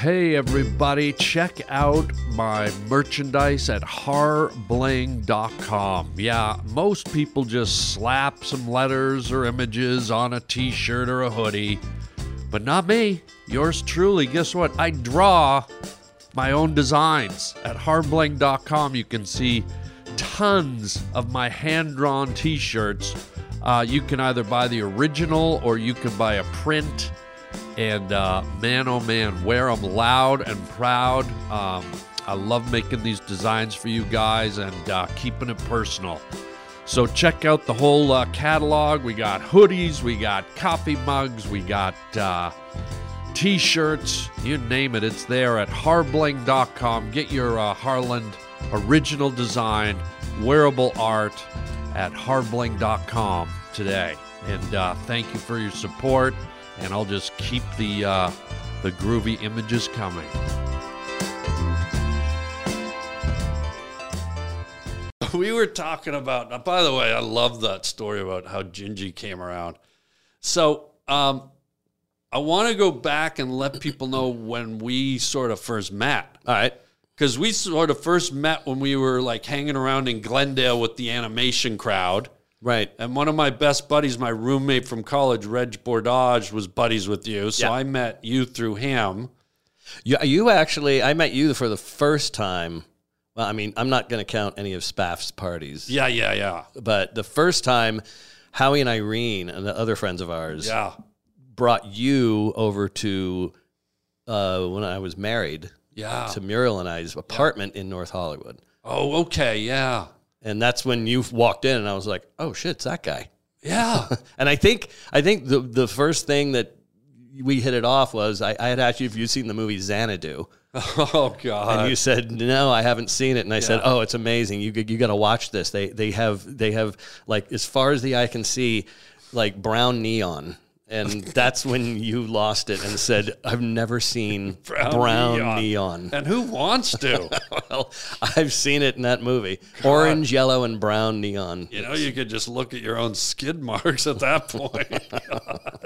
Speaker 1: Hey, everybody, check out my merchandise at harblang.com. Yeah, most people just slap some letters or images on a t shirt or a hoodie, but not me. Yours truly. Guess what? I draw my own designs. At harblang.com, you can see tons of my hand drawn t shirts. Uh, you can either buy the original or you can buy a print. And uh, man, oh man, wear them loud and proud. Um, I love making these designs for you guys and uh, keeping it personal. So check out the whole uh, catalog. We got hoodies, we got coffee mugs, we got uh, t-shirts, you name it. It's there at harbling.com. Get your uh, Harland original design, wearable art at harbling.com today. And uh, thank you for your support. And I'll just keep the uh, the groovy images coming. (laughs) We were talking about. now, By the way, I love that story about how Gingy came around. So um, I want to go back and let people know when we sort of first met.
Speaker 2: All right.
Speaker 1: Because we sort of first met when we were like hanging around in Glendale with the animation crowd.
Speaker 2: Right.
Speaker 1: And one of my best buddies, my roommate from college, Reg Bordage, was buddies with you. So
Speaker 2: Yeah.
Speaker 1: I met you through him.
Speaker 2: You, you actually, I met you for the first time. Well, I mean, I'm not going to count any of Spaff's parties,
Speaker 1: Yeah, yeah, yeah.
Speaker 2: but the first time Howie and Irene and the other friends of ours
Speaker 1: Yeah.
Speaker 2: brought you over to uh, when I was married
Speaker 1: Yeah.
Speaker 2: to Muriel and I's apartment in North Hollywood.
Speaker 1: Oh, okay. Yeah.
Speaker 2: And that's when you walked in and I was like, oh shit, it's that guy. (laughs)
Speaker 1: Yeah. (laughs)
Speaker 2: And I think, I think the, the first thing that we hit it off was I, I had asked you if you'd seen the movie Xanadu.
Speaker 1: oh, God.
Speaker 2: and you said no i haven't seen it and i said oh it's amazing you you got to watch this they they have they have like as far as the eye can see like brown neon and that's when you lost it and said i've never seen (laughs) brown, (laughs) neon,
Speaker 1: And who wants to?
Speaker 2: well i've seen it in that movie orange yellow and brown neon
Speaker 1: You know, you could just look at your own skid marks at that point. (laughs)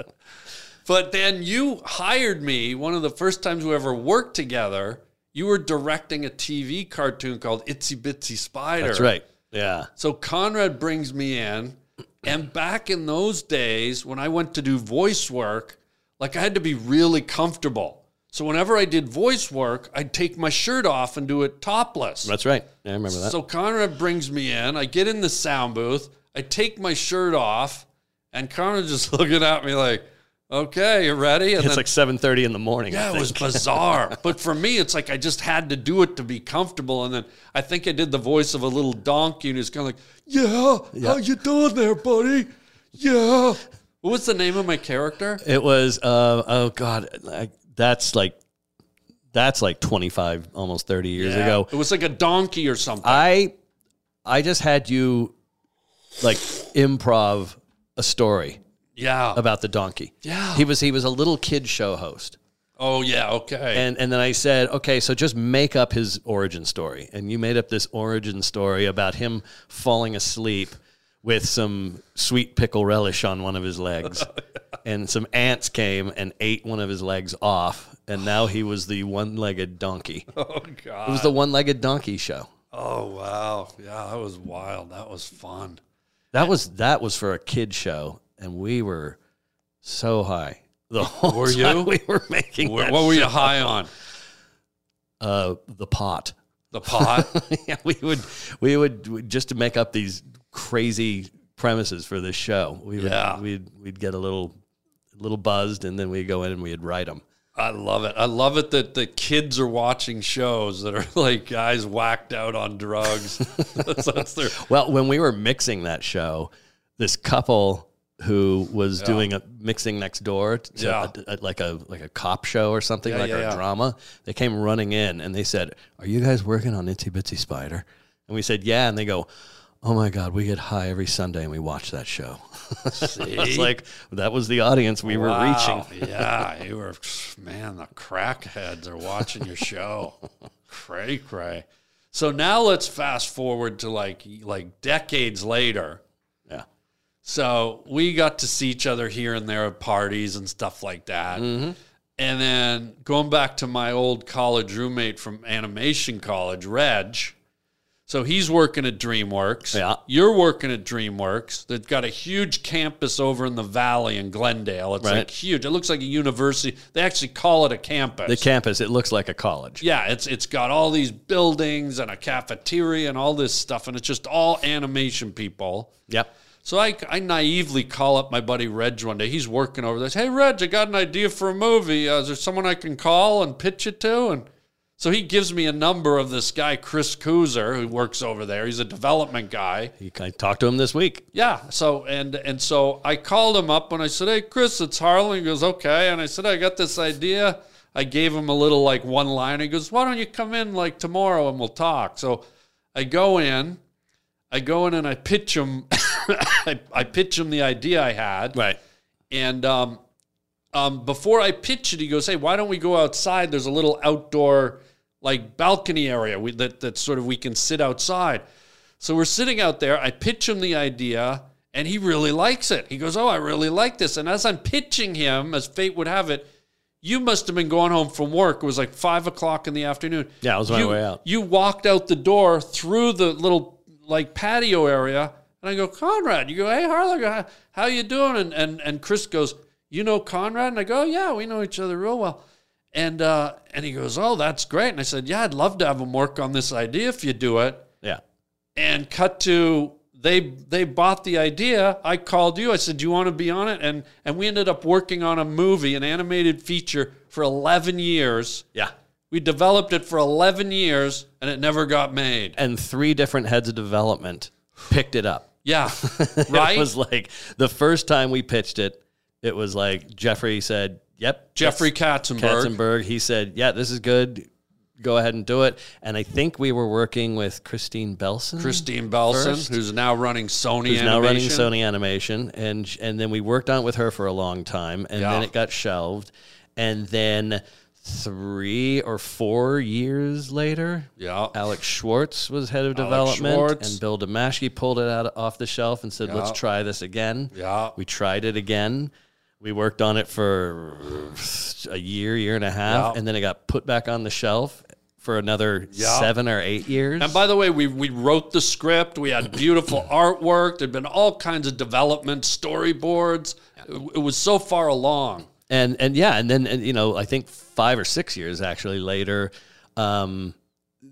Speaker 1: but then you hired me one of the first times we ever worked together. You were directing a TV cartoon called Itsy Bitsy Spider.
Speaker 2: that's right yeah
Speaker 1: So Conrad brings me in. And back in those days, when I went to do voice work, like I had to be really comfortable. So whenever I did voice work, I'd take my shirt off and do it topless.
Speaker 2: that's right i remember that
Speaker 1: So Conrad brings me in. I get in the sound booth. I take my shirt off, and Conrad's just (laughs) looking at me like, "Okay, you ready?" And
Speaker 2: it's like 7.30 in the morning I
Speaker 1: yeah, it was
Speaker 2: think. (laughs)
Speaker 1: bizarre. but for me, it's like I just had to do it to be comfortable. And then I think I did the voice of a little donkey, and he's kind of like, "Yeah, how you doing there, buddy? Yeah." What was the name of my character?
Speaker 2: It was uh, oh god, like, that's like that's like twenty five, almost thirty years ago. Uh,
Speaker 1: It was like a donkey or something.
Speaker 2: I I just had you like improv a story
Speaker 1: Yeah.
Speaker 2: about the donkey.
Speaker 1: Yeah.
Speaker 2: He was he was a little kid show host.
Speaker 1: oh yeah. Okay.
Speaker 2: And and then I said, okay, so just make up his origin story. And you made up this origin story about him falling asleep with some sweet pickle relish on one of his
Speaker 1: (laughs)
Speaker 2: legs. and some ants came and ate one of his legs off. And now he was the one legged donkey. It
Speaker 1: oh god.
Speaker 2: was the one legged donkey show.
Speaker 1: oh wow. Yeah, that was wild. That was fun.
Speaker 2: That was that was for a kid show, and we were so high. The whole (laughs)
Speaker 1: Were
Speaker 2: time
Speaker 1: you?
Speaker 2: we were
Speaker 1: (laughs)
Speaker 2: making
Speaker 1: Wh-
Speaker 2: that
Speaker 1: what were you
Speaker 2: show.
Speaker 1: high on?
Speaker 2: Uh, the pot. (laughs)
Speaker 1: The (laughs) pot.
Speaker 2: yeah, we would we would just to make up these crazy premises for this show. We would
Speaker 1: Yeah.
Speaker 2: we'd we'd get a little little buzzed, and then we'd go in and we'd write them.
Speaker 1: I love it. I love it that the kids are watching shows that are like guys whacked out on drugs. (laughs) that's, that's (laughs) their
Speaker 2: Well, when we were mixing that show, this couple who was doing a mixing next door t- to
Speaker 1: Yeah.
Speaker 2: a- a- like a like a cop show or something
Speaker 1: Yeah,
Speaker 2: like
Speaker 1: yeah,
Speaker 2: a
Speaker 1: yeah.
Speaker 2: drama. They came running in and they said, "Are you guys working on Itsy Bitsy Spider?" And we said, "Yeah." And they go, "Oh my god, we get high every Sunday and we watch that show." (laughs) it's like that was the audience we were
Speaker 1: Wow.
Speaker 2: reaching.
Speaker 1: yeah, you were man. The crackheads are watching your show. (laughs) cray cray. So now let's fast forward to like like decades later.
Speaker 2: Yeah.
Speaker 1: So we got to see each other here and there at parties and stuff like that.
Speaker 2: Mm-hmm.
Speaker 1: And then going back to my old college roommate from animation college, Reg. So he's working at DreamWorks.
Speaker 2: Yeah.
Speaker 1: You're working at DreamWorks. They've got a huge campus over in the valley in Glendale. It's like
Speaker 2: Right.
Speaker 1: huge. It looks like a university. They actually call it a campus.
Speaker 2: The campus, it looks like a college.
Speaker 1: Yeah, it's it's got all these buildings and a cafeteria and all this stuff, and it's just all animation people.
Speaker 2: Yep.
Speaker 1: So I, I naively call up my buddy Reg one day. He's working over this. Hey, Reg, I got an idea for a movie. Uh, is there someone I can call and pitch it to? And so he gives me a number of this guy, Chris Kuzer, who works over there. He's a development guy.
Speaker 2: You I talked to him this week.
Speaker 1: Yeah. So and and so I called him up and I said, "Hey, Chris, it's Harlan." He goes, "Okay." And I said, "I got this idea." I gave him a little like one line. He goes, "Why don't you come in like tomorrow and we'll talk?" So I go in, I go in and I pitch him, (coughs) I, I pitch him the idea I had,
Speaker 2: Right.
Speaker 1: and um, um, before I pitch it, he goes, "Hey, why don't we go outside? There's a little outdoor like balcony area we, that that sort of we can sit outside." So we're sitting out there. I pitch him the idea, and he really likes it. He goes, "Oh, I really like this." And as I'm pitching him, as fate would have it, you must have been going home from work. It was like five o'clock in the afternoon.
Speaker 2: Yeah, I was on my
Speaker 1: You-
Speaker 2: way out.
Speaker 1: You walked out the door through the little like patio area, and I go, Conrad. You go, hey Harlan, I go, how, how you doing? And and and Chris goes, you know Conrad? And I go, yeah, we know each other real well. And uh, and he goes, oh, that's great. And I said, yeah, I'd love to have him work on this idea if you do it
Speaker 2: Yeah.
Speaker 1: and cut to they they bought the idea. I called you. I said, "Do you want to be on it?" And and we ended up working on a movie, an animated feature for 11 years.
Speaker 2: Yeah.
Speaker 1: We developed it for 11 years and it never got made.
Speaker 2: And three different heads of development picked it up. (laughs)
Speaker 1: Yeah. right?
Speaker 2: It was like the first time we pitched it, it was like Jeffrey said, "Yep."
Speaker 1: Jeffrey
Speaker 2: that's
Speaker 1: Katzenberg.
Speaker 2: Katzenberg. He said, "Yeah, this is good. Go ahead and do it." And I think we were working with Christine Belson.
Speaker 1: Christine Belson,
Speaker 2: First.
Speaker 1: who's now running Sony
Speaker 2: Who's now running
Speaker 1: Animation.
Speaker 2: Sony Animation, and sh- and then we worked on it with her for a long time, and
Speaker 1: Yeah.
Speaker 2: then it got shelved, and then three or four years later,
Speaker 1: Yeah.
Speaker 2: Alex Schwartz was head of
Speaker 1: Alex
Speaker 2: development,
Speaker 1: Schwartz.
Speaker 2: and Bill Demashki pulled it out off the shelf and said, "Let's try this again."
Speaker 1: Yeah.
Speaker 2: we tried it again. We worked on it for a year, year and a half,
Speaker 1: Yeah.
Speaker 2: and then it got put back on the shelf for another
Speaker 1: Yeah.
Speaker 2: seven or eight years.
Speaker 1: And by the way, we, we wrote the script. We had
Speaker 2: (clears throat)
Speaker 1: beautiful artwork. There'd been all kinds of development storyboards. It, it was so far along.
Speaker 2: and and yeah, and then and, you know, I think five or six years actually later, um,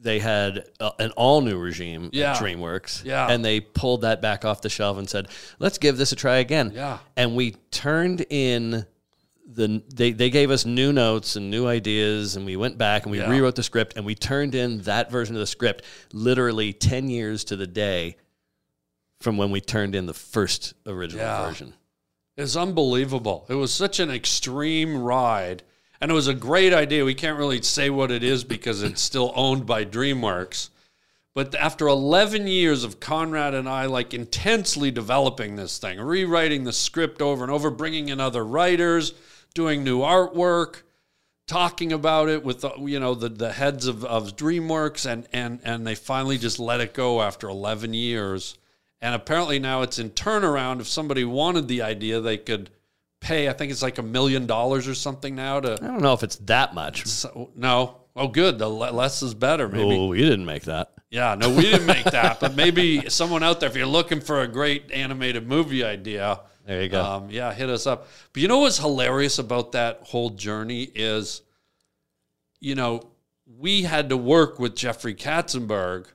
Speaker 2: they had uh an all new regime
Speaker 1: Yeah.
Speaker 2: at DreamWorks,
Speaker 1: Yeah.
Speaker 2: and they pulled that back off the shelf and said, "Let's give this a try again."
Speaker 1: Yeah.
Speaker 2: and we turned in. The, they, they gave us new notes and new ideas and we went back and we
Speaker 1: Yeah.
Speaker 2: rewrote the script and we turned in that version of the script literally 10 years to the day from when we turned in the first original
Speaker 1: Yeah.
Speaker 2: version
Speaker 1: It was unbelievable. It was such an extreme ride. And it was a great idea. We can't really say what it is because it's still owned by DreamWorks. But after 11 years of Conrad and I like intensely developing this thing, rewriting the script over and over, bringing in other writers, doing new artwork, talking about it with the, you know the, the heads of, of DreamWorks and and and they finally just let it go after 11 years. And apparently now it's in turnaround. If somebody wanted the idea, they could pay. I think it's like a million dollars or something now to.
Speaker 2: I don't know if it's that much.
Speaker 1: So, no. Oh, good. The le- less is better. Maybe.
Speaker 2: Oh, you didn't make that.
Speaker 1: Yeah. No, we didn't make that, but maybe someone out there, if you're looking for a great animated movie idea,
Speaker 2: There you go.
Speaker 1: um, yeah, hit us up. But you know what's hilarious about that whole journey is, you know, we had to work with Jeffrey Katzenberg,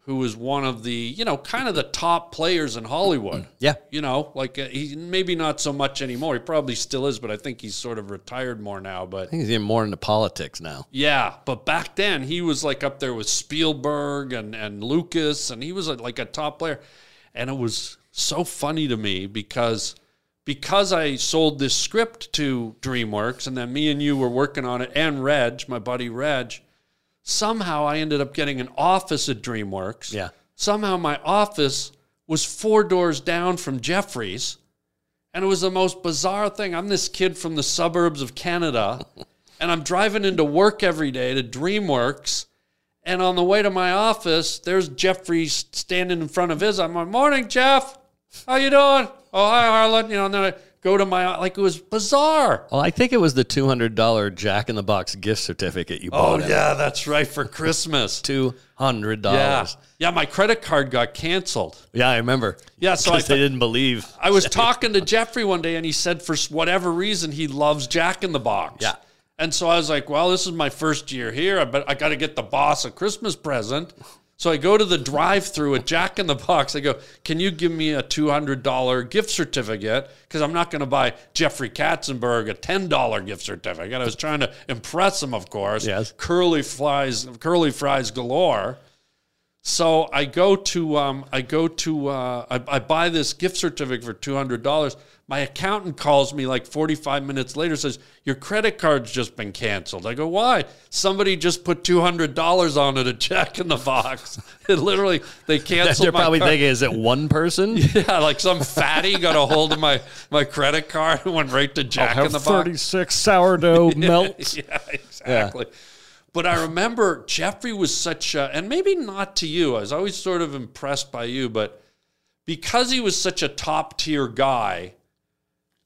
Speaker 1: who was one of the, you know, kind of the top players in Hollywood.
Speaker 2: yeah.
Speaker 1: You know, like uh, he maybe not so much anymore. He probably still is, but I think he's sort of retired more now. But
Speaker 2: I think he's even more into politics now.
Speaker 1: yeah, but back then he was like up there with Spielberg and and Lucas, and he was like, like a top player. And it was so funny to me because because I sold this script to DreamWorks, and then me and you were working on it, and Reg, my buddy Reg. Somehow I ended up getting an office at DreamWorks.
Speaker 2: Yeah.
Speaker 1: Somehow my office was four doors down from Jeffrey's. And it was the most bizarre thing. I'm this kid from the suburbs of
Speaker 2: (laughs)
Speaker 1: Canada, and I'm driving into work every day to DreamWorks. And on the way to my office, there's Jeffrey s- standing in front of his. I'm like, "Morning, Jeff. How you doing? Oh, hi, Harlan." You know, and then I go to my like it was bizarre.
Speaker 2: Well, I think it was the two hundred dollar Jack in the Box gift certificate you
Speaker 1: Oh
Speaker 2: bought. him.
Speaker 1: yeah, that's right for Christmas.
Speaker 2: (laughs) two hundred
Speaker 1: yeah,
Speaker 2: dollars.
Speaker 1: yeah. My credit card got canceled.
Speaker 2: Yeah. I remember.
Speaker 1: Yeah, so I
Speaker 2: (laughs) 'Cause they didn't believe.
Speaker 1: I
Speaker 2: (laughs)
Speaker 1: was talking to Jeffrey one day, and he said for whatever reason he loves Jack in the Box.
Speaker 2: Yeah.
Speaker 1: And so I was like, well, this is my first year here, I bet I got to get the boss a Christmas present. So I go to the drive-through at Jack in the Box. I go, "Can you give me a two hundred dollar gift certificate? Because I'm not going to buy Jeffrey Katzenberg a ten dollar gift certificate." I was trying to impress him, of course.
Speaker 2: Yes.
Speaker 1: Curly flies, curly fries galore. So I go to um, I go to uh, I, I buy this gift certificate for two hundred dollars. My accountant calls me like forty five minutes later says your credit card's just been canceled. I go why? Somebody just put two hundred dollars on it a check in the box. (laughs) It literally they canceled.
Speaker 2: They're
Speaker 1: my
Speaker 2: probably
Speaker 1: card.
Speaker 2: thinking, is it one
Speaker 1: (laughs)
Speaker 2: person?
Speaker 1: yeah, like some fatty got a hold of my my credit card and went right
Speaker 2: Oh,
Speaker 1: to Jack in the box.
Speaker 2: six sourdough
Speaker 1: (laughs)
Speaker 2: melts.
Speaker 1: Yeah, exactly. But I remember Jeffrey was such a, and maybe not to you. I was always sort of impressed by you, but because he was such a top tier guy,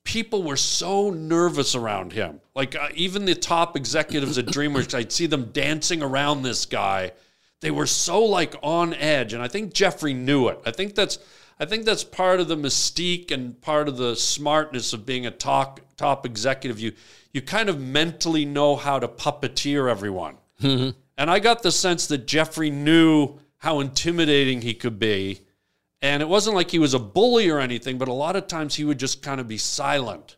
Speaker 1: people were so nervous around him. Like uh, even the top executives at DreamWorks, I'd see them dancing around this guy. They were so like on edge, and I think Jeffrey knew it. I think that's I think that's part of the mystique and part of the smartness of being a top top executive. You you kind of mentally know how to puppeteer everyone. And I got the sense that Jeffrey knew how intimidating he could be. And it wasn't like he was a bully or anything, but a lot of times he would just kind of be silent.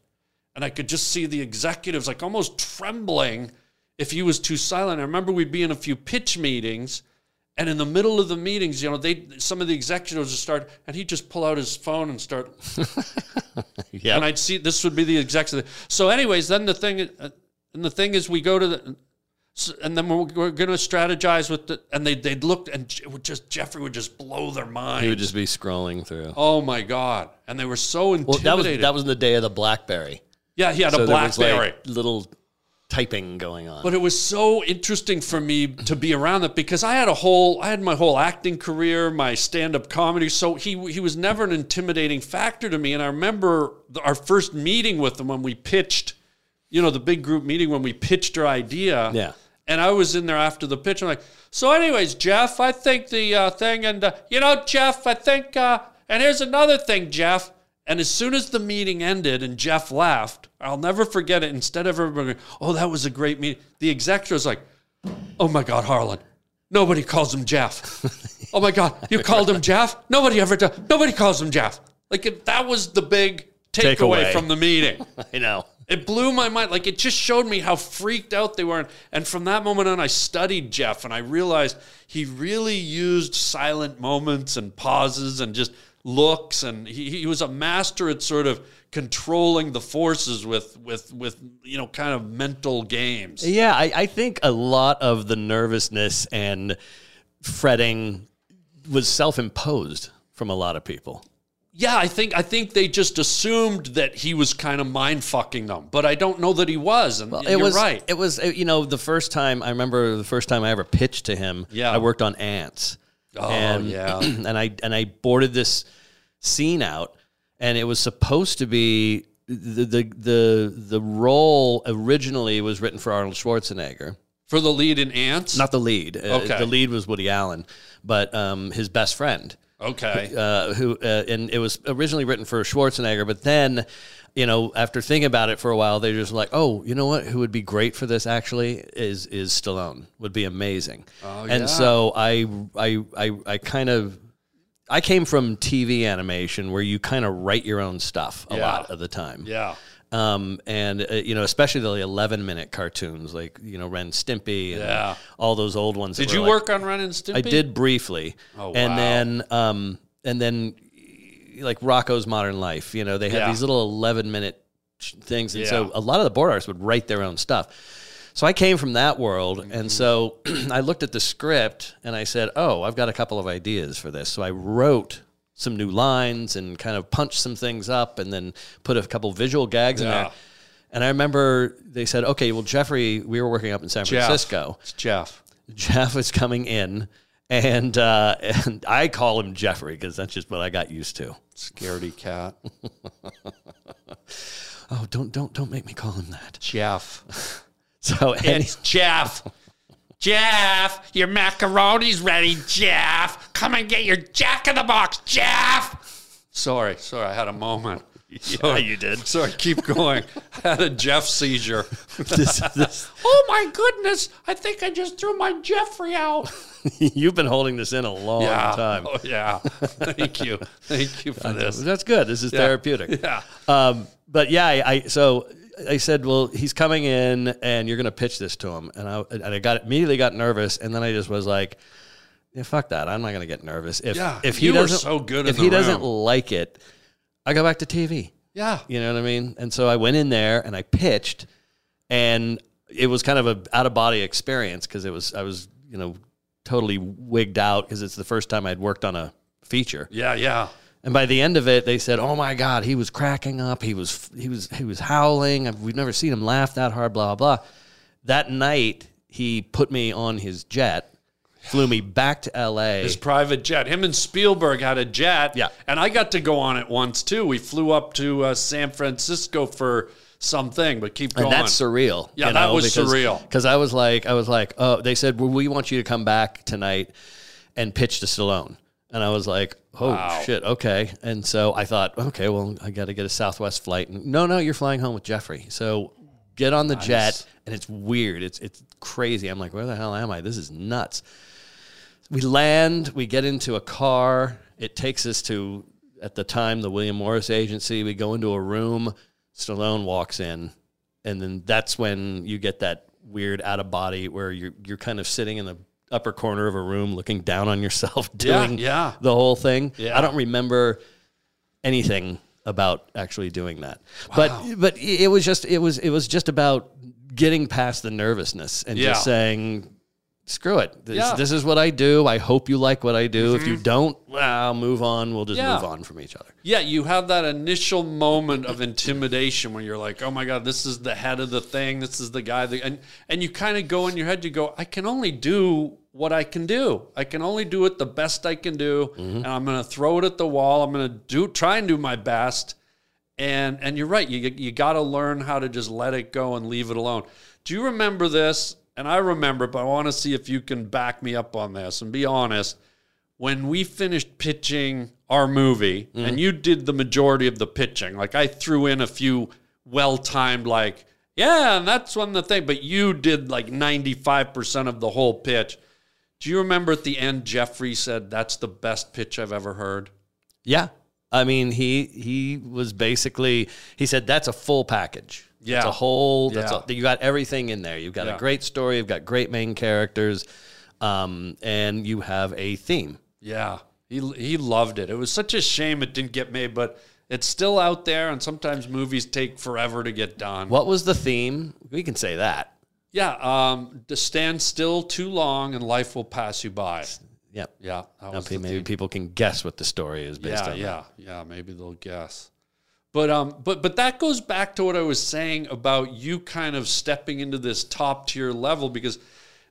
Speaker 1: And I could just see the executives like almost trembling if he was too silent. I remember we'd be in a few pitch meetings, and in the middle of the meetings, you know, they some of the executives would start, and he'd just pull out his phone and
Speaker 2: (laughs)
Speaker 1: start
Speaker 2: Yeah.
Speaker 1: and I'd see this would be the executive. So, anyways, then the thing, uh, and the thing is, we go to the, s- and then we're, we're going to strategize with the, and they they'd look and j- it would just Jeffrey would just blow their mind.
Speaker 2: He would just be scrolling through.
Speaker 1: oh my god! And they were so
Speaker 2: well,
Speaker 1: intimidated.
Speaker 2: that was that was the day of the BlackBerry.
Speaker 1: yeah, he had a
Speaker 2: So there was, like,
Speaker 1: BlackBerry.
Speaker 2: little typing going on.
Speaker 1: But it was so interesting for me to be around that because I had a whole, I had my whole acting career, my stand-up comedy. So he he was never an intimidating factor to me. And I remember the, our first meeting with him when we pitched, you know, the big group meeting when we pitched our idea.
Speaker 2: Yeah. (laughs)
Speaker 1: And I was in there after the pitch. I'm like, so, anyways, Jeff, I think the uh, thing, and uh, you know, Jeff, I think, uh, and here's another thing, Jeff. And as soon as the meeting ended and Jeff left, I'll never forget it. Instead of everybody, going, oh, that was a great meeting, the executive was like, oh my God, Harlan, nobody calls him Jeff. oh my God, you called him Jeff? Nobody ever does. Nobody calls him Jeff. Like, if that was the big takeaway
Speaker 2: Takeaway.
Speaker 1: from the meeting.
Speaker 2: I know.
Speaker 1: It blew my mind. Like it just showed me how freaked out they were. And from that moment on, I studied Jeff and I realized he really used silent moments and pauses and just looks. And he, he was a master at sort of controlling the forces with, with, with, you know, kind of mental games.
Speaker 2: Yeah, I, I think a lot of the nervousness and fretting was self-imposed from a lot of people.
Speaker 1: Yeah, I think I think they just assumed that he was kind of mind fucking them, but I don't know that he was. And
Speaker 2: it
Speaker 1: you're
Speaker 2: was
Speaker 1: right.
Speaker 2: It was uh, you know the first time I remember the first time I ever pitched to him.
Speaker 1: Yeah.
Speaker 2: I worked on ants.
Speaker 1: Oh,
Speaker 2: and,
Speaker 1: yeah.
Speaker 2: (clears throat) and I and I boarded this scene out, and it was supposed to be the the the the role originally was written for Arnold Schwarzenegger.
Speaker 1: For the lead in Ants,
Speaker 2: Not the lead. Uh,
Speaker 1: Okay.
Speaker 2: The lead was Woody Allen, but um, his best friend. (laughs)
Speaker 1: okay.
Speaker 2: uh, who uh, and it was originally written for Schwarzenegger, but then, you know, after thinking about it for a while, they just like, oh, you know what? Who would be great for this actually is is Stallone would be amazing. and
Speaker 1: Oh, yeah.
Speaker 2: so I I I I kind of. I came from TV animation where you kind of write your own stuff a
Speaker 1: Yeah.
Speaker 2: lot of the time.
Speaker 1: yeah,
Speaker 2: Um, and, uh, you know, especially the 11 minute cartoons like, you know, Ren and Stimpy and
Speaker 1: Yeah.
Speaker 2: all those old ones. that
Speaker 1: did
Speaker 2: were
Speaker 1: you
Speaker 2: like-
Speaker 1: work on Ren and Stimpy?
Speaker 2: I did briefly.
Speaker 1: Oh,
Speaker 2: And
Speaker 1: wow.
Speaker 2: then um and then like Rocco's Modern Life, you know, they had
Speaker 1: Yeah.
Speaker 2: these little 11 minute sh- things and
Speaker 1: Yeah.
Speaker 2: so a lot of the board artists would write their own stuff. So I came from that world
Speaker 1: Mm-hmm.
Speaker 2: and so (clears throat) I looked at the script and I said, "Oh, I've got a couple of ideas for this." So I wrote some new lines and kind of punched some things up and then put a couple visual gags in
Speaker 1: Yeah.
Speaker 2: there. And I remember they said, "Okay, well Jeffrey, we were working up in San
Speaker 1: Jeff.
Speaker 2: Francisco."
Speaker 1: It's Jeff.
Speaker 2: Jeff is coming in, and uh, and I call him Jeffrey because that's just what I got used to.
Speaker 1: Scaredy cat.
Speaker 2: Oh, don't don't don't make me call him that.
Speaker 1: Jeff.
Speaker 2: So (laughs)
Speaker 1: (laughs)
Speaker 2: any,
Speaker 1: It's Jeff. Jeff, your macaroni's ready, Jeff. Come and get your jack in the box, Jeff. Sorry, sorry, I had a (laughs) moment. sorry,
Speaker 2: you did.
Speaker 1: Sorry, keep going. (laughs) I had a Jeff seizure.
Speaker 2: this, this,
Speaker 1: oh my goodness, I think I just threw my Jeffrey out.
Speaker 2: you've been holding this in a long time.
Speaker 1: Oh, yeah. (laughs) Thank you. Thank you for this.
Speaker 2: That's good. This is
Speaker 1: (laughs)
Speaker 2: therapeutic.
Speaker 1: Yeah.
Speaker 2: Um, but yeah, I, I so I said, well, he's coming in, and you're going to pitch this to him, and I and I got immediately got nervous, and then I just was like, yeah, fuck that, I'm not going to get nervous. If
Speaker 1: Yeah,
Speaker 2: if he
Speaker 1: you were
Speaker 2: doesn't
Speaker 1: so good in
Speaker 2: if
Speaker 1: the
Speaker 2: he doesn't
Speaker 1: room.
Speaker 2: like it, I go back to TV.
Speaker 1: Yeah.
Speaker 2: You know what I mean? And so I went in there and I pitched, and it was kind of a out of body experience because it was I was you know totally wigged out because it's the first time I'd worked on a feature.
Speaker 1: Yeah, yeah.
Speaker 2: And by the end of it, they said, "Oh my God, he was cracking up. He was he was he was howling. I've- We've never seen him laugh that hard." Blah blah. blah. That night, he put me on his jet, flew me back to L.A.
Speaker 1: his private jet. Him and Spielberg had a jet.
Speaker 2: Yeah.
Speaker 1: And I got to go on it once too. We flew up to uh, San Francisco for something, but keep going.
Speaker 2: and that's surreal.
Speaker 1: Yeah, that was surreal.
Speaker 2: Because I was like, I was like, oh, they said, well, we want you to come back tonight and pitch to Stallone. And I was like, oh
Speaker 1: Wow.
Speaker 2: shit, okay. And so I thought, okay, well, I got to get a Southwest flight. And no, no, you're flying home with Jeffrey. So get on the jet, and it's weird. It's it's crazy. I'm like, where the hell am I? This is nuts. We land. We get into a car. It takes us to at the time the William Morris Agency. We go into a room. Stallone walks in and then that's when you get that weird out of body where you're you're kind of sitting in the upper corner of a room looking down on yourself (laughs)
Speaker 1: Yeah,
Speaker 2: doing
Speaker 1: yeah.
Speaker 2: the whole thing.
Speaker 1: Yeah.
Speaker 2: I don't remember anything about actually doing that. But but it was just it was it was just about getting past the nervousness and
Speaker 1: Yeah.
Speaker 2: just saying screw it. This,
Speaker 1: Yeah. Mm-hmm.
Speaker 2: this is what I do. I hope you like what I do. If you don't, well, move on. We'll just
Speaker 1: Yeah.
Speaker 2: move on from each other.
Speaker 1: yeah, you have that initial moment of intimidation where you're like, "Oh my god, this is the head of the thing. This is the guy." That, and and you kind of go in your head, you go, "I can only do what I can do. I can only do it the best I can do, and I'm going to throw it at the wall. I'm going to do try and do my best." and and you're right. You you got to learn how to just let it go and leave it alone. Do you remember this? And I remember, it, but I want to see if you can back me up on this and be honest. When we finished pitching our movie, and you did the majority of the pitching, like I threw in a few well timed, like yeah, and that's when the thing. But you did like ninety five percent of the whole pitch. Do you remember at the end, Jeffrey said, "That's the best pitch I've ever heard."
Speaker 2: Yeah. I mean, he he was basically he said that's a full package. It's
Speaker 1: Yeah.
Speaker 2: a whole that's
Speaker 1: Yeah.
Speaker 2: a, you got everything in there. You've got
Speaker 1: Yeah.
Speaker 2: a great story, you've got great main characters, um, and you have a theme.
Speaker 1: Yeah, he he loved it. It was such a shame it didn't get made, but it's still out there, and sometimes movies take forever to get done.
Speaker 2: What was the theme? We can say that.
Speaker 1: yeah, um, to stand still too long and life will pass you by.
Speaker 2: yeah.
Speaker 1: Yeah. That
Speaker 2: Now
Speaker 1: was the
Speaker 2: pe- maybe people can guess what the story is based
Speaker 1: yeah,
Speaker 2: on.
Speaker 1: yeah, yeah. Maybe they'll guess. But um, but but that goes back to what I was saying about you kind of stepping into this top tier level because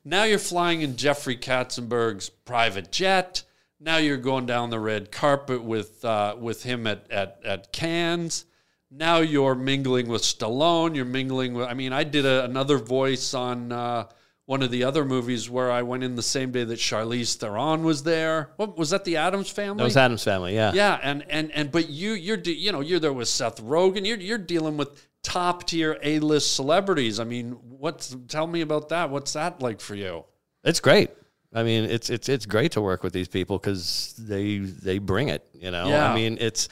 Speaker 1: now you're flying in Jeffrey Katzenberg's private jet. Now you're going down the red carpet with uh, with him at at at Cannes. Now you're mingling with Stallone. You're mingling with. I mean, I did a, another voice on uh, one of the other movies where I went in the same day that Charlize Theron was there. What was that? The Adams Family.
Speaker 2: That was Adam's family. Yeah.
Speaker 1: Yeah, and and and but you you're de- you know you're there with Seth Rogen. You're you're dealing with top tier A list celebrities. I mean, what's tell me about that? What's that like for you?
Speaker 2: It's great. I mean, it's it's it's great to work with these people because they they bring it. You know,
Speaker 1: Yeah.
Speaker 2: I mean, it's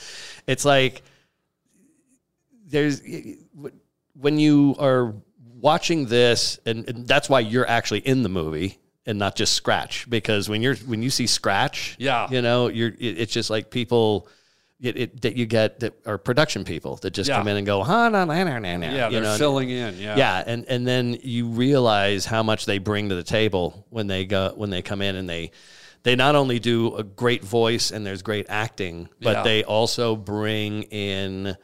Speaker 2: it's like there's when you are watching this, and, and that's why you're actually in the movie and not just scratch. Because when you're when you see scratch,
Speaker 1: Yeah.
Speaker 2: you know, you're it, it's just like people. It, it, that you get that are production people that just
Speaker 1: Yeah.
Speaker 2: come in and go, huh, nah, nah, nah, nah, nah,"
Speaker 1: Yeah,
Speaker 2: you
Speaker 1: they're
Speaker 2: know,
Speaker 1: filling in. Yeah,
Speaker 2: yeah and and then you realize how much they bring to the table when they go when they come in and they they not only do a great voice and there's great acting but
Speaker 1: Yeah.
Speaker 2: they also bring in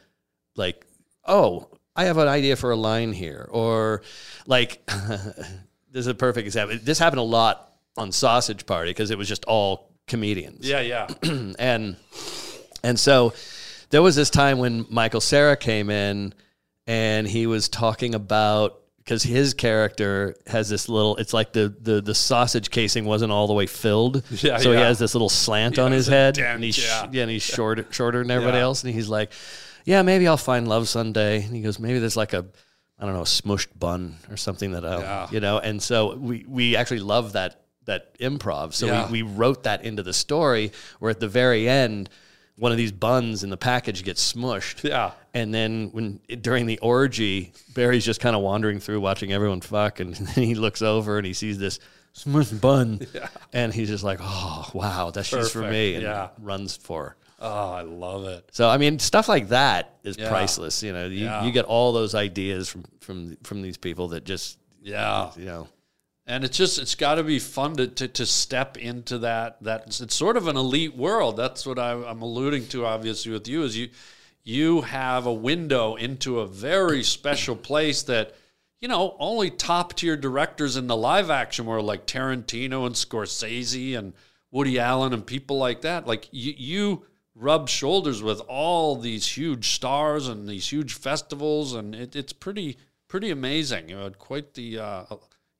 Speaker 2: like oh i have an idea for a line here or like (laughs) this is a perfect example this happened a lot on sausage party because it was just all comedians
Speaker 1: yeah, yeah. (clears throat)
Speaker 2: (clears throat) and and so there was this time when Michael Sarah came in and he was talking about because his character has this little it's like the, the the sausage casing wasn't all the way filled
Speaker 1: (laughs) Yeah,
Speaker 2: so he
Speaker 1: yeah.
Speaker 2: has this little slant on
Speaker 1: it's
Speaker 2: his
Speaker 1: a
Speaker 2: head
Speaker 1: dent,
Speaker 2: and he's sh-
Speaker 1: yeah. (laughs)
Speaker 2: yeah, and he's shorter shorter than everybody
Speaker 1: Yeah.
Speaker 2: else and he's like yeah maybe I'll find love someday and he goes maybe there's like a I don't know a smushed bun or something that I'll,
Speaker 1: Yeah.
Speaker 2: you know and so we we actually love that that improv so
Speaker 1: Yeah.
Speaker 2: we, we wrote that into the story where at the very end, one of these buns in the package gets smushed.
Speaker 1: Yeah.
Speaker 2: And then when during the orgy, Barry's just kind of wandering through watching everyone fuck, and (laughs) then he looks over and he sees this smushed bun,
Speaker 1: (laughs)
Speaker 2: and he's just like, "Oh wow, that's just for
Speaker 1: Perfect.
Speaker 2: me," and
Speaker 1: Yeah.
Speaker 2: runs for. her.
Speaker 1: Oh, I love it.
Speaker 2: So I mean, stuff like that is
Speaker 1: Yeah.
Speaker 2: priceless. You know, you,
Speaker 1: Yeah.
Speaker 2: you get all those ideas from from from these people that just
Speaker 1: Yeah,
Speaker 2: you know
Speaker 1: and it's just it's got to be fun to, to to step into that that it's sort of an elite world. That's what I, I'm alluding to, obviously, with you is you you have a window into a very special place that you know only top tier directors in the live action world like Tarantino and Scorsese and Woody Allen and people like that. Like you, you rub shoulders with all these huge stars and these huge festivals, and it, it's pretty pretty amazing. You know, quite the uh,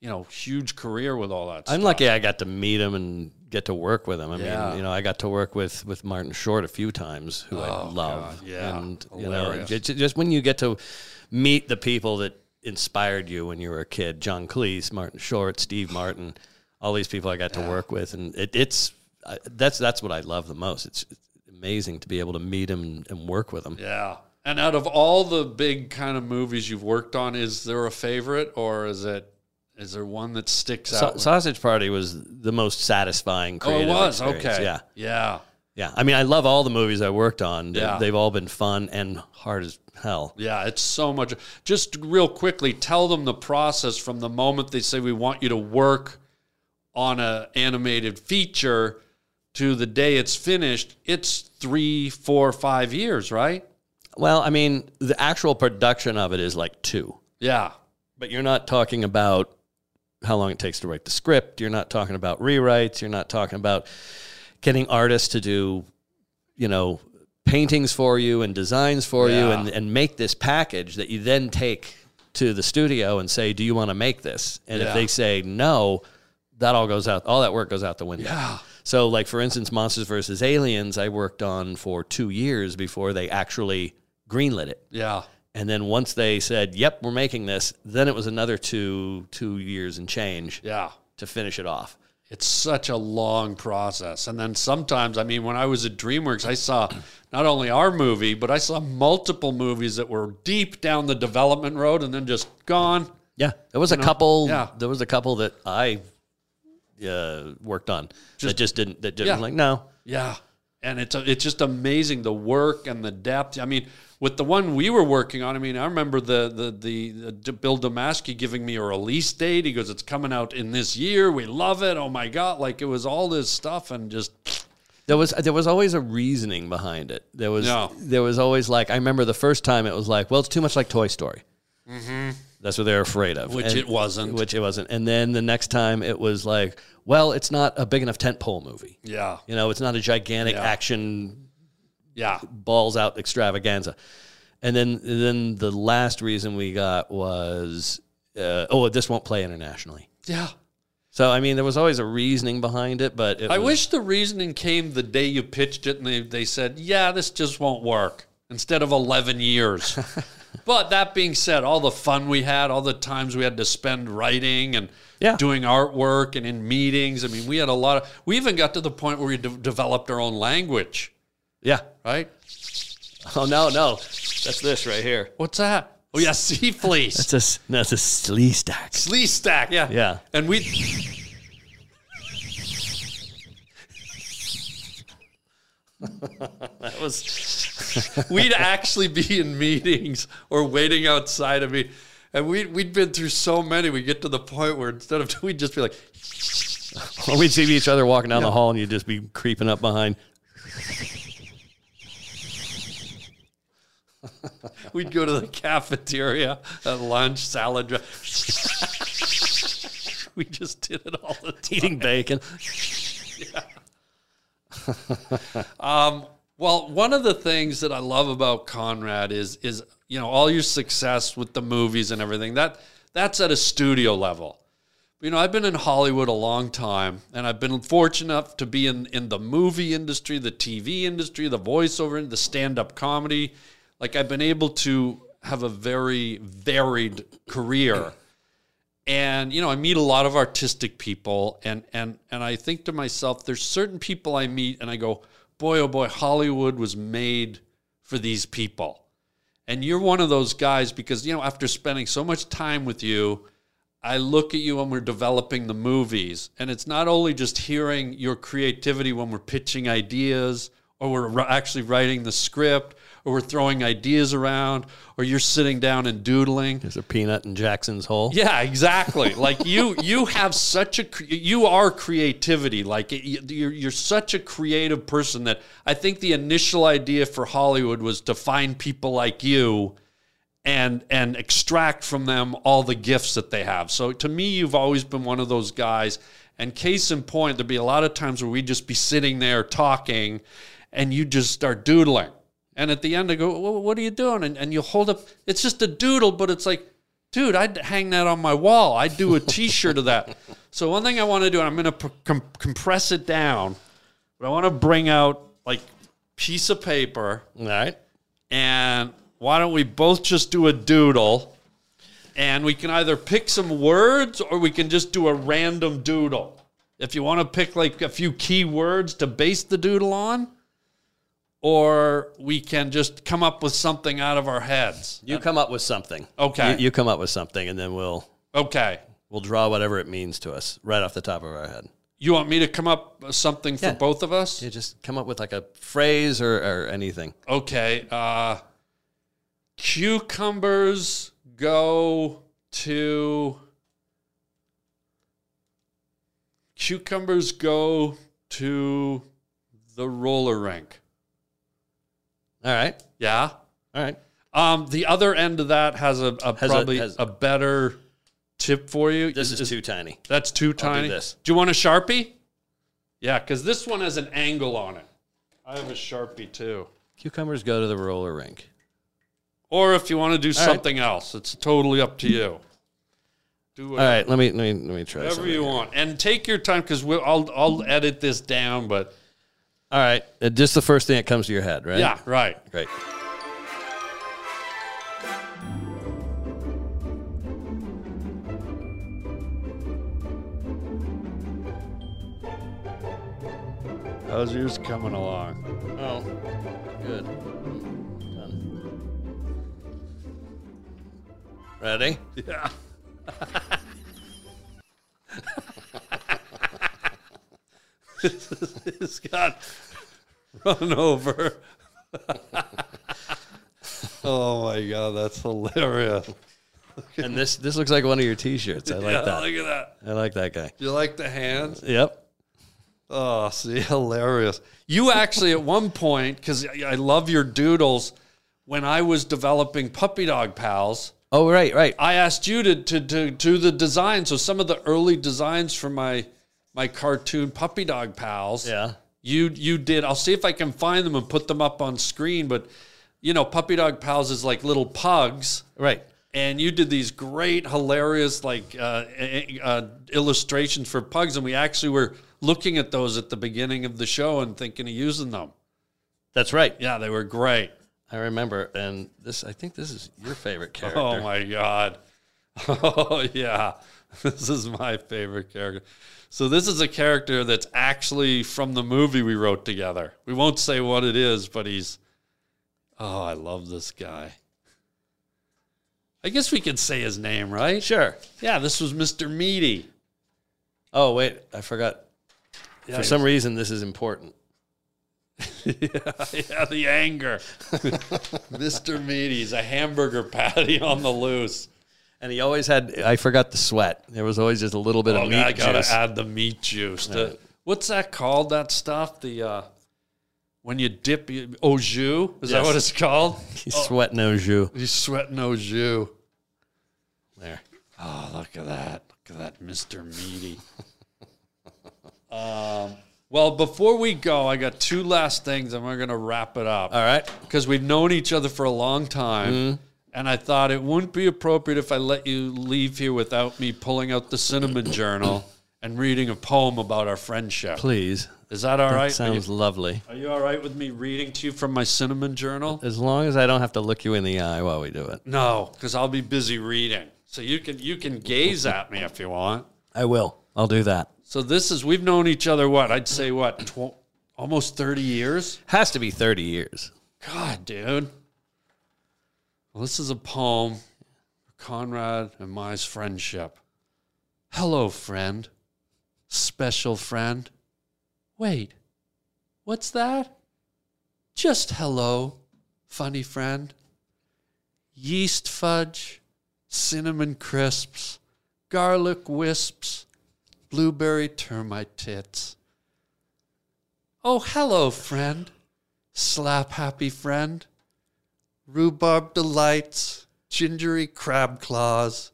Speaker 1: you know huge career with all that.
Speaker 2: I'm
Speaker 1: stuff.
Speaker 2: lucky I got to meet him and get to work with him. I
Speaker 1: Yeah.
Speaker 2: mean, you know, I got to work with with Martin Short a few times, who I love.
Speaker 1: Oh, God, yeah.
Speaker 2: and you know,
Speaker 1: Hilarious.
Speaker 2: just, just when you get to meet the people that inspired you when you were a kid, John Cleese, Martin Short, Steve Martin, all these people I got to work with, and it, it's I, that's that's what I love the most. It's, it's amazing to be able to meet him and, and work with him.
Speaker 1: yeah. And out of all the big kind of movies you've worked on, is there a favorite or is it is there one that sticks
Speaker 2: Sa-
Speaker 1: out?
Speaker 2: Sausage Party was the most satisfying.
Speaker 1: oh, it
Speaker 2: creative
Speaker 1: was
Speaker 2: experience.
Speaker 1: okay.
Speaker 2: Yeah.
Speaker 1: yeah,
Speaker 2: Yeah, I mean, I love all the movies I worked on. They,
Speaker 1: Yeah.
Speaker 2: They've all been fun and hard as hell.
Speaker 1: Yeah, it's so much. Just real quickly, tell them the process from the moment they say we want you to work on a animated feature to the day it's finished. It's three, four, five years, right?
Speaker 2: Well, I mean, the actual production of it is like two,
Speaker 1: Yeah,
Speaker 2: but you're not talking about how long it takes to write the script. You're not talking about rewrites. You're not talking about getting artists to do, you know, paintings for you and designs for you
Speaker 1: Yeah.
Speaker 2: and, and make this package that you then take to the studio and say, do you want to make this? And
Speaker 1: Yeah.
Speaker 2: if they say no, that all goes out, all that work goes out the window.
Speaker 1: yeah,
Speaker 2: So, like for instance, Monsters vs. Aliens, I worked on for two years before they actually greenlit it.
Speaker 1: yeah,
Speaker 2: And then once they said, "Yep, we're making this," then it was another two two years and change
Speaker 1: yeah.
Speaker 2: to finish it off.
Speaker 1: It's such a long process. And then sometimes, I mean, when I was at DreamWorks, I saw not only our movie, but I saw multiple movies that were deep down the development road and then just gone.
Speaker 2: Yeah, there was a couple.
Speaker 1: yeah.
Speaker 2: there was a couple that I uh, worked on that just didn't that didn't
Speaker 1: Yeah.
Speaker 2: like no.
Speaker 1: Yeah. and it's it's just amazing the work and the depth. I mean, with the one we were working on, I mean, I remember the the the, the Bill Damaski giving me a release date. He goes, "It's coming out in this year. We love it. Oh my god!" Like it was all this stuff and just
Speaker 2: There was there was always a reasoning behind it. There was
Speaker 1: Yeah.
Speaker 2: there was always like I remember the first time it was like, well, it's too much like Toy Story. That's what they're afraid of,
Speaker 1: Mm-hmm. Which it wasn't.
Speaker 2: Which it wasn't. And then the next time it was like, well, it's not a big enough tentpole movie.
Speaker 1: yeah,
Speaker 2: You know, it's not a gigantic
Speaker 1: Yeah.
Speaker 2: action
Speaker 1: yeah,
Speaker 2: balls out extravaganza. And then then the last reason we got was, uh, oh, this won't play internationally.
Speaker 1: yeah.
Speaker 2: So I mean, there was always a reasoning behind it, but it
Speaker 1: I
Speaker 2: was-
Speaker 1: wish the reasoning came the day you pitched it and they, they said, yeah, this just won't work instead of 11 years. but that being said, all the fun we had, all the times we had to spend writing and
Speaker 2: Yeah.
Speaker 1: doing artwork and in meetings. I mean, we had a lot of, we even got to the point where we de- developed our own language,
Speaker 2: yeah.
Speaker 1: right?
Speaker 2: Oh no, no, that's this right here.
Speaker 1: What's that? Oh, yeah, (laughs) sea fleece.
Speaker 2: That's a no, it's a slee stack.
Speaker 1: Slee stack, yeah.
Speaker 2: Yeah.
Speaker 1: And (laughs) we,
Speaker 2: That was
Speaker 1: (laughs) we'd actually be in meetings or waiting outside of me. And we, we'd been through so many, we get to the point where instead of, (laughs) we'd just be like,
Speaker 2: or we'd see each other walking down the hall, and you'd just be creeping up behind.
Speaker 1: We'd go to the cafeteria at lunch, salad. dr- (laughs) we just did it all the time.
Speaker 2: Eating bacon.
Speaker 1: Well, one of the things that I love about Conrad is is you know all your success with the movies and everything that that's at a studio level. You know, I've been in Hollywood a long time, and I've been fortunate enough to be in in the movie industry, the TV industry, the voiceover, and the stand up comedy. Like I've been able to have a very varied career. and you know i meet a lot of artistic people and and and i think to myself there's certain people i meet and i go boy oh boy hollywood was made for these people and you're one of those guys because you know after spending so much time with you i look at you when we're developing the movies and it's not only just hearing your creativity when we're pitching ideas or we're ri- actually writing the script or we're throwing ideas around or you're sitting down and doodling
Speaker 2: There's a peanut in Jackson's hole.
Speaker 1: (laughs) yeah, exactly. like you, you have such a cre- you are creativity. Like it- you- you're you're such a creative person that I think the initial idea for Hollywood was to find people like you and and extract from them all the gifts that they have. So to me, you've always been one of those guys. And case in point, there'd be a lot of times where we'd just be sitting there talking, and you just start doodling. And at the end, I go, "Wha- "What are you doing?" And, and you hold up. It's just a doodle, but it's like, dude, I'd hang that on my wall. I'd do a T-shirt of that. (laughs) So one thing I want to do, and I'm going to p- com- compress it down, but I want to bring out like piece of paper
Speaker 2: All right.
Speaker 1: and why don't we both just do a doodle and we can either pick some words or we can just do a random doodle if you want to pick like a few key words to base the doodle on or we can just come up with something out of our heads
Speaker 2: You come up with something.
Speaker 1: Okay.
Speaker 2: You, you come up with something, and then we'll
Speaker 1: okay
Speaker 2: we'll draw whatever it means to us right off the top of our head.
Speaker 1: you want me to come up with something for
Speaker 2: Yeah.
Speaker 1: both of us
Speaker 2: You just come up with like a phrase or, or anything.
Speaker 1: okay uh cucumbers go to cucumbers go to the roller rink
Speaker 2: All right.
Speaker 1: yeah
Speaker 2: All right.
Speaker 1: um the other end of that has a, a
Speaker 2: Has a-
Speaker 1: probably
Speaker 2: has-
Speaker 1: a better tip for you
Speaker 2: This is too tiny.
Speaker 1: that's too tiny
Speaker 2: this.
Speaker 1: do you want a sharpie yeah because this one has an angle on it i have a sharpie too
Speaker 2: Cucumbers go to the roller rink.
Speaker 1: or if you want to do
Speaker 2: right.
Speaker 1: something else, it's totally up to you. Do
Speaker 2: All
Speaker 1: whatever,
Speaker 2: right. Let me let me let me try.
Speaker 1: whatever
Speaker 2: something
Speaker 1: you
Speaker 2: here.
Speaker 1: want, and take your time because we'll I'll, I'll edit this down. But
Speaker 2: All right. Uh, Just the first thing that comes to your head, right?
Speaker 1: yeah, right.
Speaker 2: Great.
Speaker 1: How's yours coming along? (laughs)
Speaker 2: Oh, good. (laughs) Ready?
Speaker 1: Yeah. this has got run over. (laughs) oh my god, that's hilarious!
Speaker 2: and this this looks like one of your T-shirts. I like
Speaker 1: yeah,
Speaker 2: that.
Speaker 1: look at that.
Speaker 2: I like that guy.
Speaker 1: You like the hands?
Speaker 2: Yep.
Speaker 1: Oh, (laughs) see, hilarious. You actually, at one point, because I love your doodles, when I was developing Puppy Dog Pals,
Speaker 2: Oh right, right.
Speaker 1: I asked you to, to, to do the design. So some of the early designs for my my cartoon Puppy Dog Pals,
Speaker 2: Yeah.
Speaker 1: you you did. I'll see if I can find them and put them up on screen. But you know, Puppy Dog Pals is like little pugs
Speaker 2: Right.
Speaker 1: and you did these great, hilarious like uh, eh, uh, illustrations for pugs, and we actually were looking at those at the beginning of the show and thinking of using them.
Speaker 2: That's right.
Speaker 1: Yeah, they were great.
Speaker 2: I remember. And this, I think this is your favorite character.
Speaker 1: Oh my god! (laughs) Oh yeah, (laughs) this is my favorite character. So this is a character that's actually from the movie we wrote together. We won't say what it is, but he's. Oh, I love this guy. I guess we could say his name, right?
Speaker 2: Sure.
Speaker 1: Yeah, this was Mr. Meaty.
Speaker 2: Oh wait, I forgot. For some reason, this is important.
Speaker 1: yeah, the (laughs) anger. Mr. Meaty's a hamburger patty on the loose.
Speaker 2: And he always had. I forgot the sweat. There was always just a little bit
Speaker 1: Oh,
Speaker 2: of
Speaker 1: God, I
Speaker 2: meat
Speaker 1: gotta
Speaker 2: juice.
Speaker 1: add the meat juice. The- what's that called? That stuff? The uh, when you dip you, au jus? Is that
Speaker 2: Yes.
Speaker 1: what it's called? (laughs)
Speaker 2: He's sweating no jus.
Speaker 1: He's sweating au jus.
Speaker 2: There.
Speaker 1: Oh, look at that! Look at that, Mr. Meaty. (laughs) um, well, before we go, I got two last things, and we're gonna wrap it up.
Speaker 2: All right.
Speaker 1: because we've known each other for a long time.
Speaker 2: Mm-hmm.
Speaker 1: And I thought it wouldn't be appropriate if I let you leave here without me pulling out the cinnamon journal (clears throat) and reading a poem about our friendship.
Speaker 2: Please.
Speaker 1: Is that all right?
Speaker 2: Sounds
Speaker 1: are,
Speaker 2: lovely.
Speaker 1: you, are you all right with me reading to you from my cinnamon journal?
Speaker 2: As long as I don't have to look you in the eye while we do it.
Speaker 1: No, because I'll be busy reading. So you can you can gaze at me if you want.
Speaker 2: I will. I'll do that.
Speaker 1: So this is we've known each other what I'd say what tw- almost thirty years.
Speaker 2: Has to be 30 years.
Speaker 1: God, dude. Well, this is a poem for Conrad and my friendship. Hello, friend. Special friend. Wait, what's that? Just hello, funny friend. Yeast fudge, cinnamon crisps, garlic wisps, blueberry termite tits. Oh, hello, friend slap happy friend, rhubarb delights, gingery crab claws,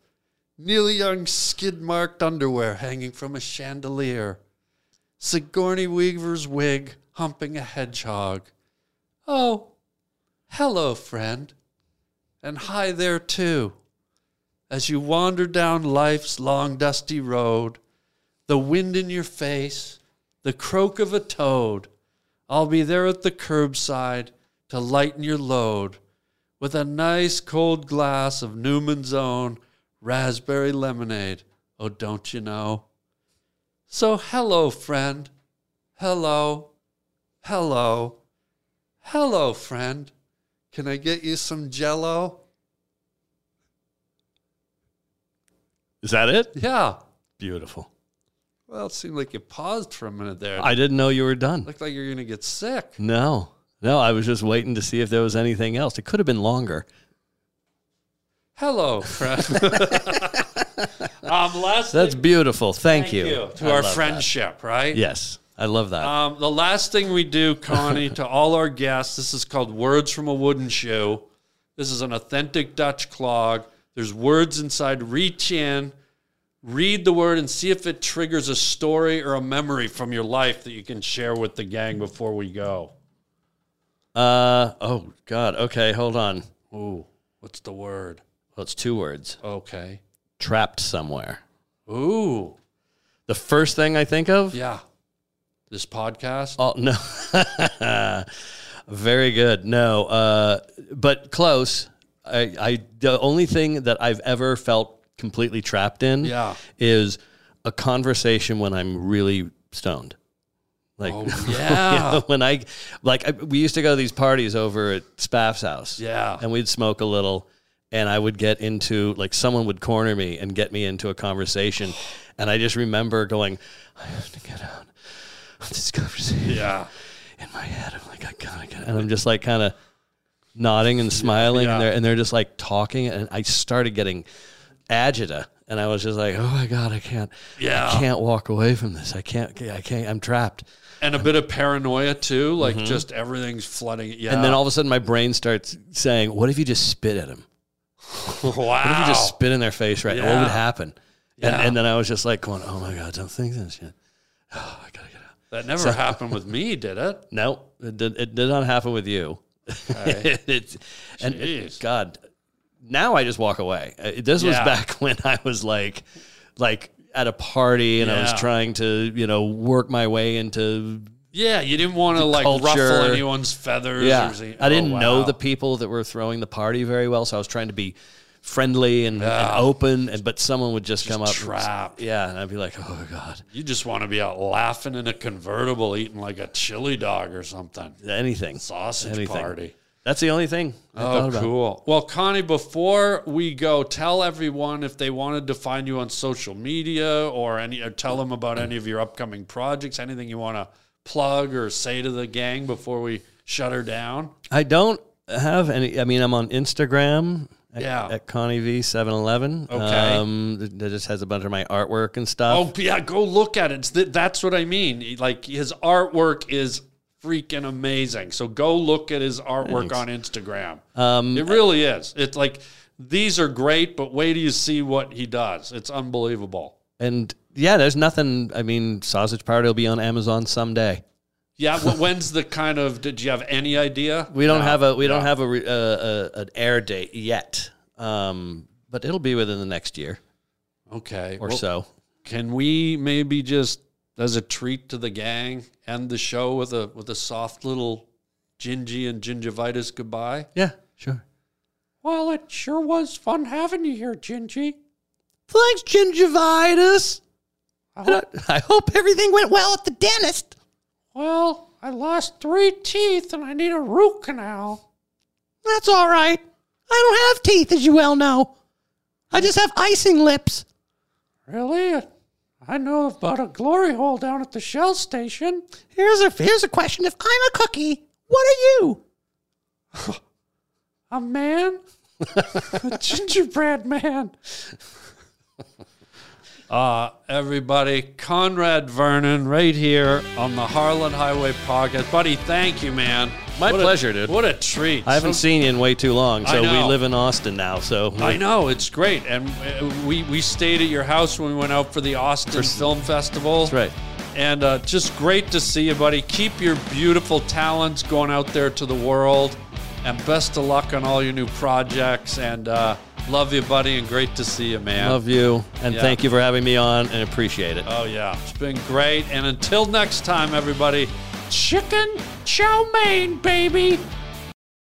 Speaker 1: Neil Young skid marked underwear hanging from a chandelier, Sigourney Weaver's wig humping a hedgehog. Oh, hello, friend, and hi there, too. As you wander down life's long dusty road, the wind in your face, the croak of a toad, I'll be there at the curbside to lighten your load with a nice cold glass of Newman's Own raspberry lemonade. Oh, don't you know? So, hello, friend. Hello. Hello. Hello, friend. Can I get you some jello?
Speaker 2: Is that it?
Speaker 1: Yeah.
Speaker 2: Beautiful.
Speaker 1: Well, it seemed like you paused for a minute there.
Speaker 2: I didn't know you were done.
Speaker 1: Looked like you're going to get sick.
Speaker 2: No, no, I was just waiting to see if there was anything else. It could have been longer.
Speaker 1: Hello, friend. (laughs) I'm less
Speaker 2: That's beautiful. Thank, you.
Speaker 1: to
Speaker 2: I
Speaker 1: our
Speaker 2: love that.
Speaker 1: friendship, right?
Speaker 2: Yes, I love that.
Speaker 1: Um, the last thing we do, Connie, to all our guests, this is called Words from a Wooden Shoe. This is an authentic Dutch clog. There's words inside. Reach in, read the word, and see if it triggers a story or a memory from your life that you can share with the gang before we go.
Speaker 2: uh, oh God. Okay, hold on.
Speaker 1: Ooh, what's the word?
Speaker 2: Well, it's two words.
Speaker 1: Okay.
Speaker 2: Trapped somewhere.
Speaker 1: Ooh,
Speaker 2: The first thing I think of.
Speaker 1: yeah. This podcast?
Speaker 2: Oh no. (laughs) Very good. No, uh, but close. I, I the only thing that I've ever felt completely trapped in (laughs)
Speaker 1: Yeah.
Speaker 2: is a conversation when I'm really stoned. Like
Speaker 1: Oh,
Speaker 2: (laughs)
Speaker 1: yeah.
Speaker 2: when I like I, we used to go to these parties over at Spaff's house.
Speaker 1: Yeah.
Speaker 2: And we'd smoke a little and I would get into like someone would corner me and get me into a conversation and I just remember going I have to get out of this conversation.
Speaker 1: Yeah.
Speaker 2: in my head. I'm like, I gotta get it. And I'm just like kind of nodding and smiling. And, they're, and they're just like talking. And I started getting agita. And I was just like, oh my God, I can't.
Speaker 1: Yeah.
Speaker 2: I can't walk away from this. I can't. I can't. I'm trapped.
Speaker 1: and a bit of paranoia too, like just everything's flooding. Yeah,
Speaker 2: Mm-hmm. And then all of a sudden, my brain starts saying, what if you just spit at him?
Speaker 1: wow,
Speaker 2: What if you just spit in their face right now? What
Speaker 1: Yeah.
Speaker 2: would happen?
Speaker 1: Yeah.
Speaker 2: And, and then I was just like, going, oh my God, don't think that shit. (sighs) Oh, I gotta get out.
Speaker 1: that never happened with
Speaker 2: (laughs)
Speaker 1: me, did it?
Speaker 2: No, it did, it did not happen with you. (laughs) It's- and it-
Speaker 1: Jeez.
Speaker 2: God, now I just walk away. Uh, This was
Speaker 1: Yeah.
Speaker 2: back (laughs) when I was like, like at a party and I was
Speaker 1: Yeah.
Speaker 2: trying to, you know, work my way into.
Speaker 1: Yeah, you didn't want to like ruffle
Speaker 2: culture.
Speaker 1: anyone's feathers.
Speaker 2: Yeah,
Speaker 1: or something.
Speaker 2: I didn't
Speaker 1: Oh,
Speaker 2: know
Speaker 1: wow.
Speaker 2: the (laughs) people that were throwing the party very well, so I was trying to be friendly and, and open, and but someone would just, come up,
Speaker 1: trapped.
Speaker 2: yeah, and I'd be like, oh God,
Speaker 1: You just want to be out laughing in a convertible, eating like a chili dog or something.
Speaker 2: anything,
Speaker 1: Sausage
Speaker 2: anything.
Speaker 1: party.
Speaker 2: That's the only thing. I thought
Speaker 1: Oh,
Speaker 2: about.
Speaker 1: cool. Well, Connie, before we go, tell everyone if they wanted to find you on social media or any, or tell them about any of your upcoming projects, anything you want to plug or say to the gang before we shut her down.
Speaker 2: I don't have any. I mean, I'm on Instagram. At,
Speaker 1: Yeah.
Speaker 2: at Connie V seven eleven.
Speaker 1: Okay.
Speaker 2: um, that that just has a bunch of my artwork and stuff.
Speaker 1: Oh yeah, go look at it. It's th- that's what I mean. Like his artwork is freaking amazing. So go look at his artwork on Instagram. Um, it really is. It's like these are great, but wait till you see what he does. It's unbelievable.
Speaker 2: And yeah, there's nothing. I mean, Sausage Party will be on Amazon someday.
Speaker 1: Yeah, wh- when's the kind of? Did you have any idea?
Speaker 2: We don't have a we don't have a, re, uh, uh an air date yet. Um, but it'll be within the next year
Speaker 1: Okay,
Speaker 2: or
Speaker 1: well,
Speaker 2: so.
Speaker 1: Can we maybe just as a treat to the gang end the show with a with a soft little gingy and gingivitis goodbye?
Speaker 2: Yeah, sure.
Speaker 1: Well, it sure was fun having you here, Gingy.
Speaker 2: Thanks, gingivitis. I hope, I hope everything went well at the dentist.
Speaker 1: Well, I lost three teeth and I need a root canal.
Speaker 2: That's all right. I don't have teeth, as you well know. I just have icing lips.
Speaker 1: Really? I know about a glory hole down at the Shell station.
Speaker 2: Here's a here's a question. If I'm a cookie, what are you?
Speaker 1: A man? (laughs) a gingerbread man. Uh, everybody, Conrad Vernon right here on the Harlan Highway Podcast. Buddy, thank you, man.
Speaker 2: My
Speaker 1: a-
Speaker 2: pleasure, dude.
Speaker 1: What a treat.
Speaker 2: I haven't
Speaker 1: So-
Speaker 2: seen you in way too long,
Speaker 1: I
Speaker 2: so we
Speaker 1: know.
Speaker 2: live in Austin now. So
Speaker 1: I know it's great, and uh, we we stayed at your house when we went out for the Austin Film Festival. That's
Speaker 2: right.
Speaker 1: And uh, just great to see you, buddy. Keep your beautiful talents going out there to the world, and best of luck on all your new projects. And uh, love you, buddy, and great to see you, man.
Speaker 2: love you and
Speaker 1: Yeah.
Speaker 2: thank you for having me on and appreciate it.
Speaker 1: Oh yeah, it's been great. And until next time, everybody, chicken chow mein, baby.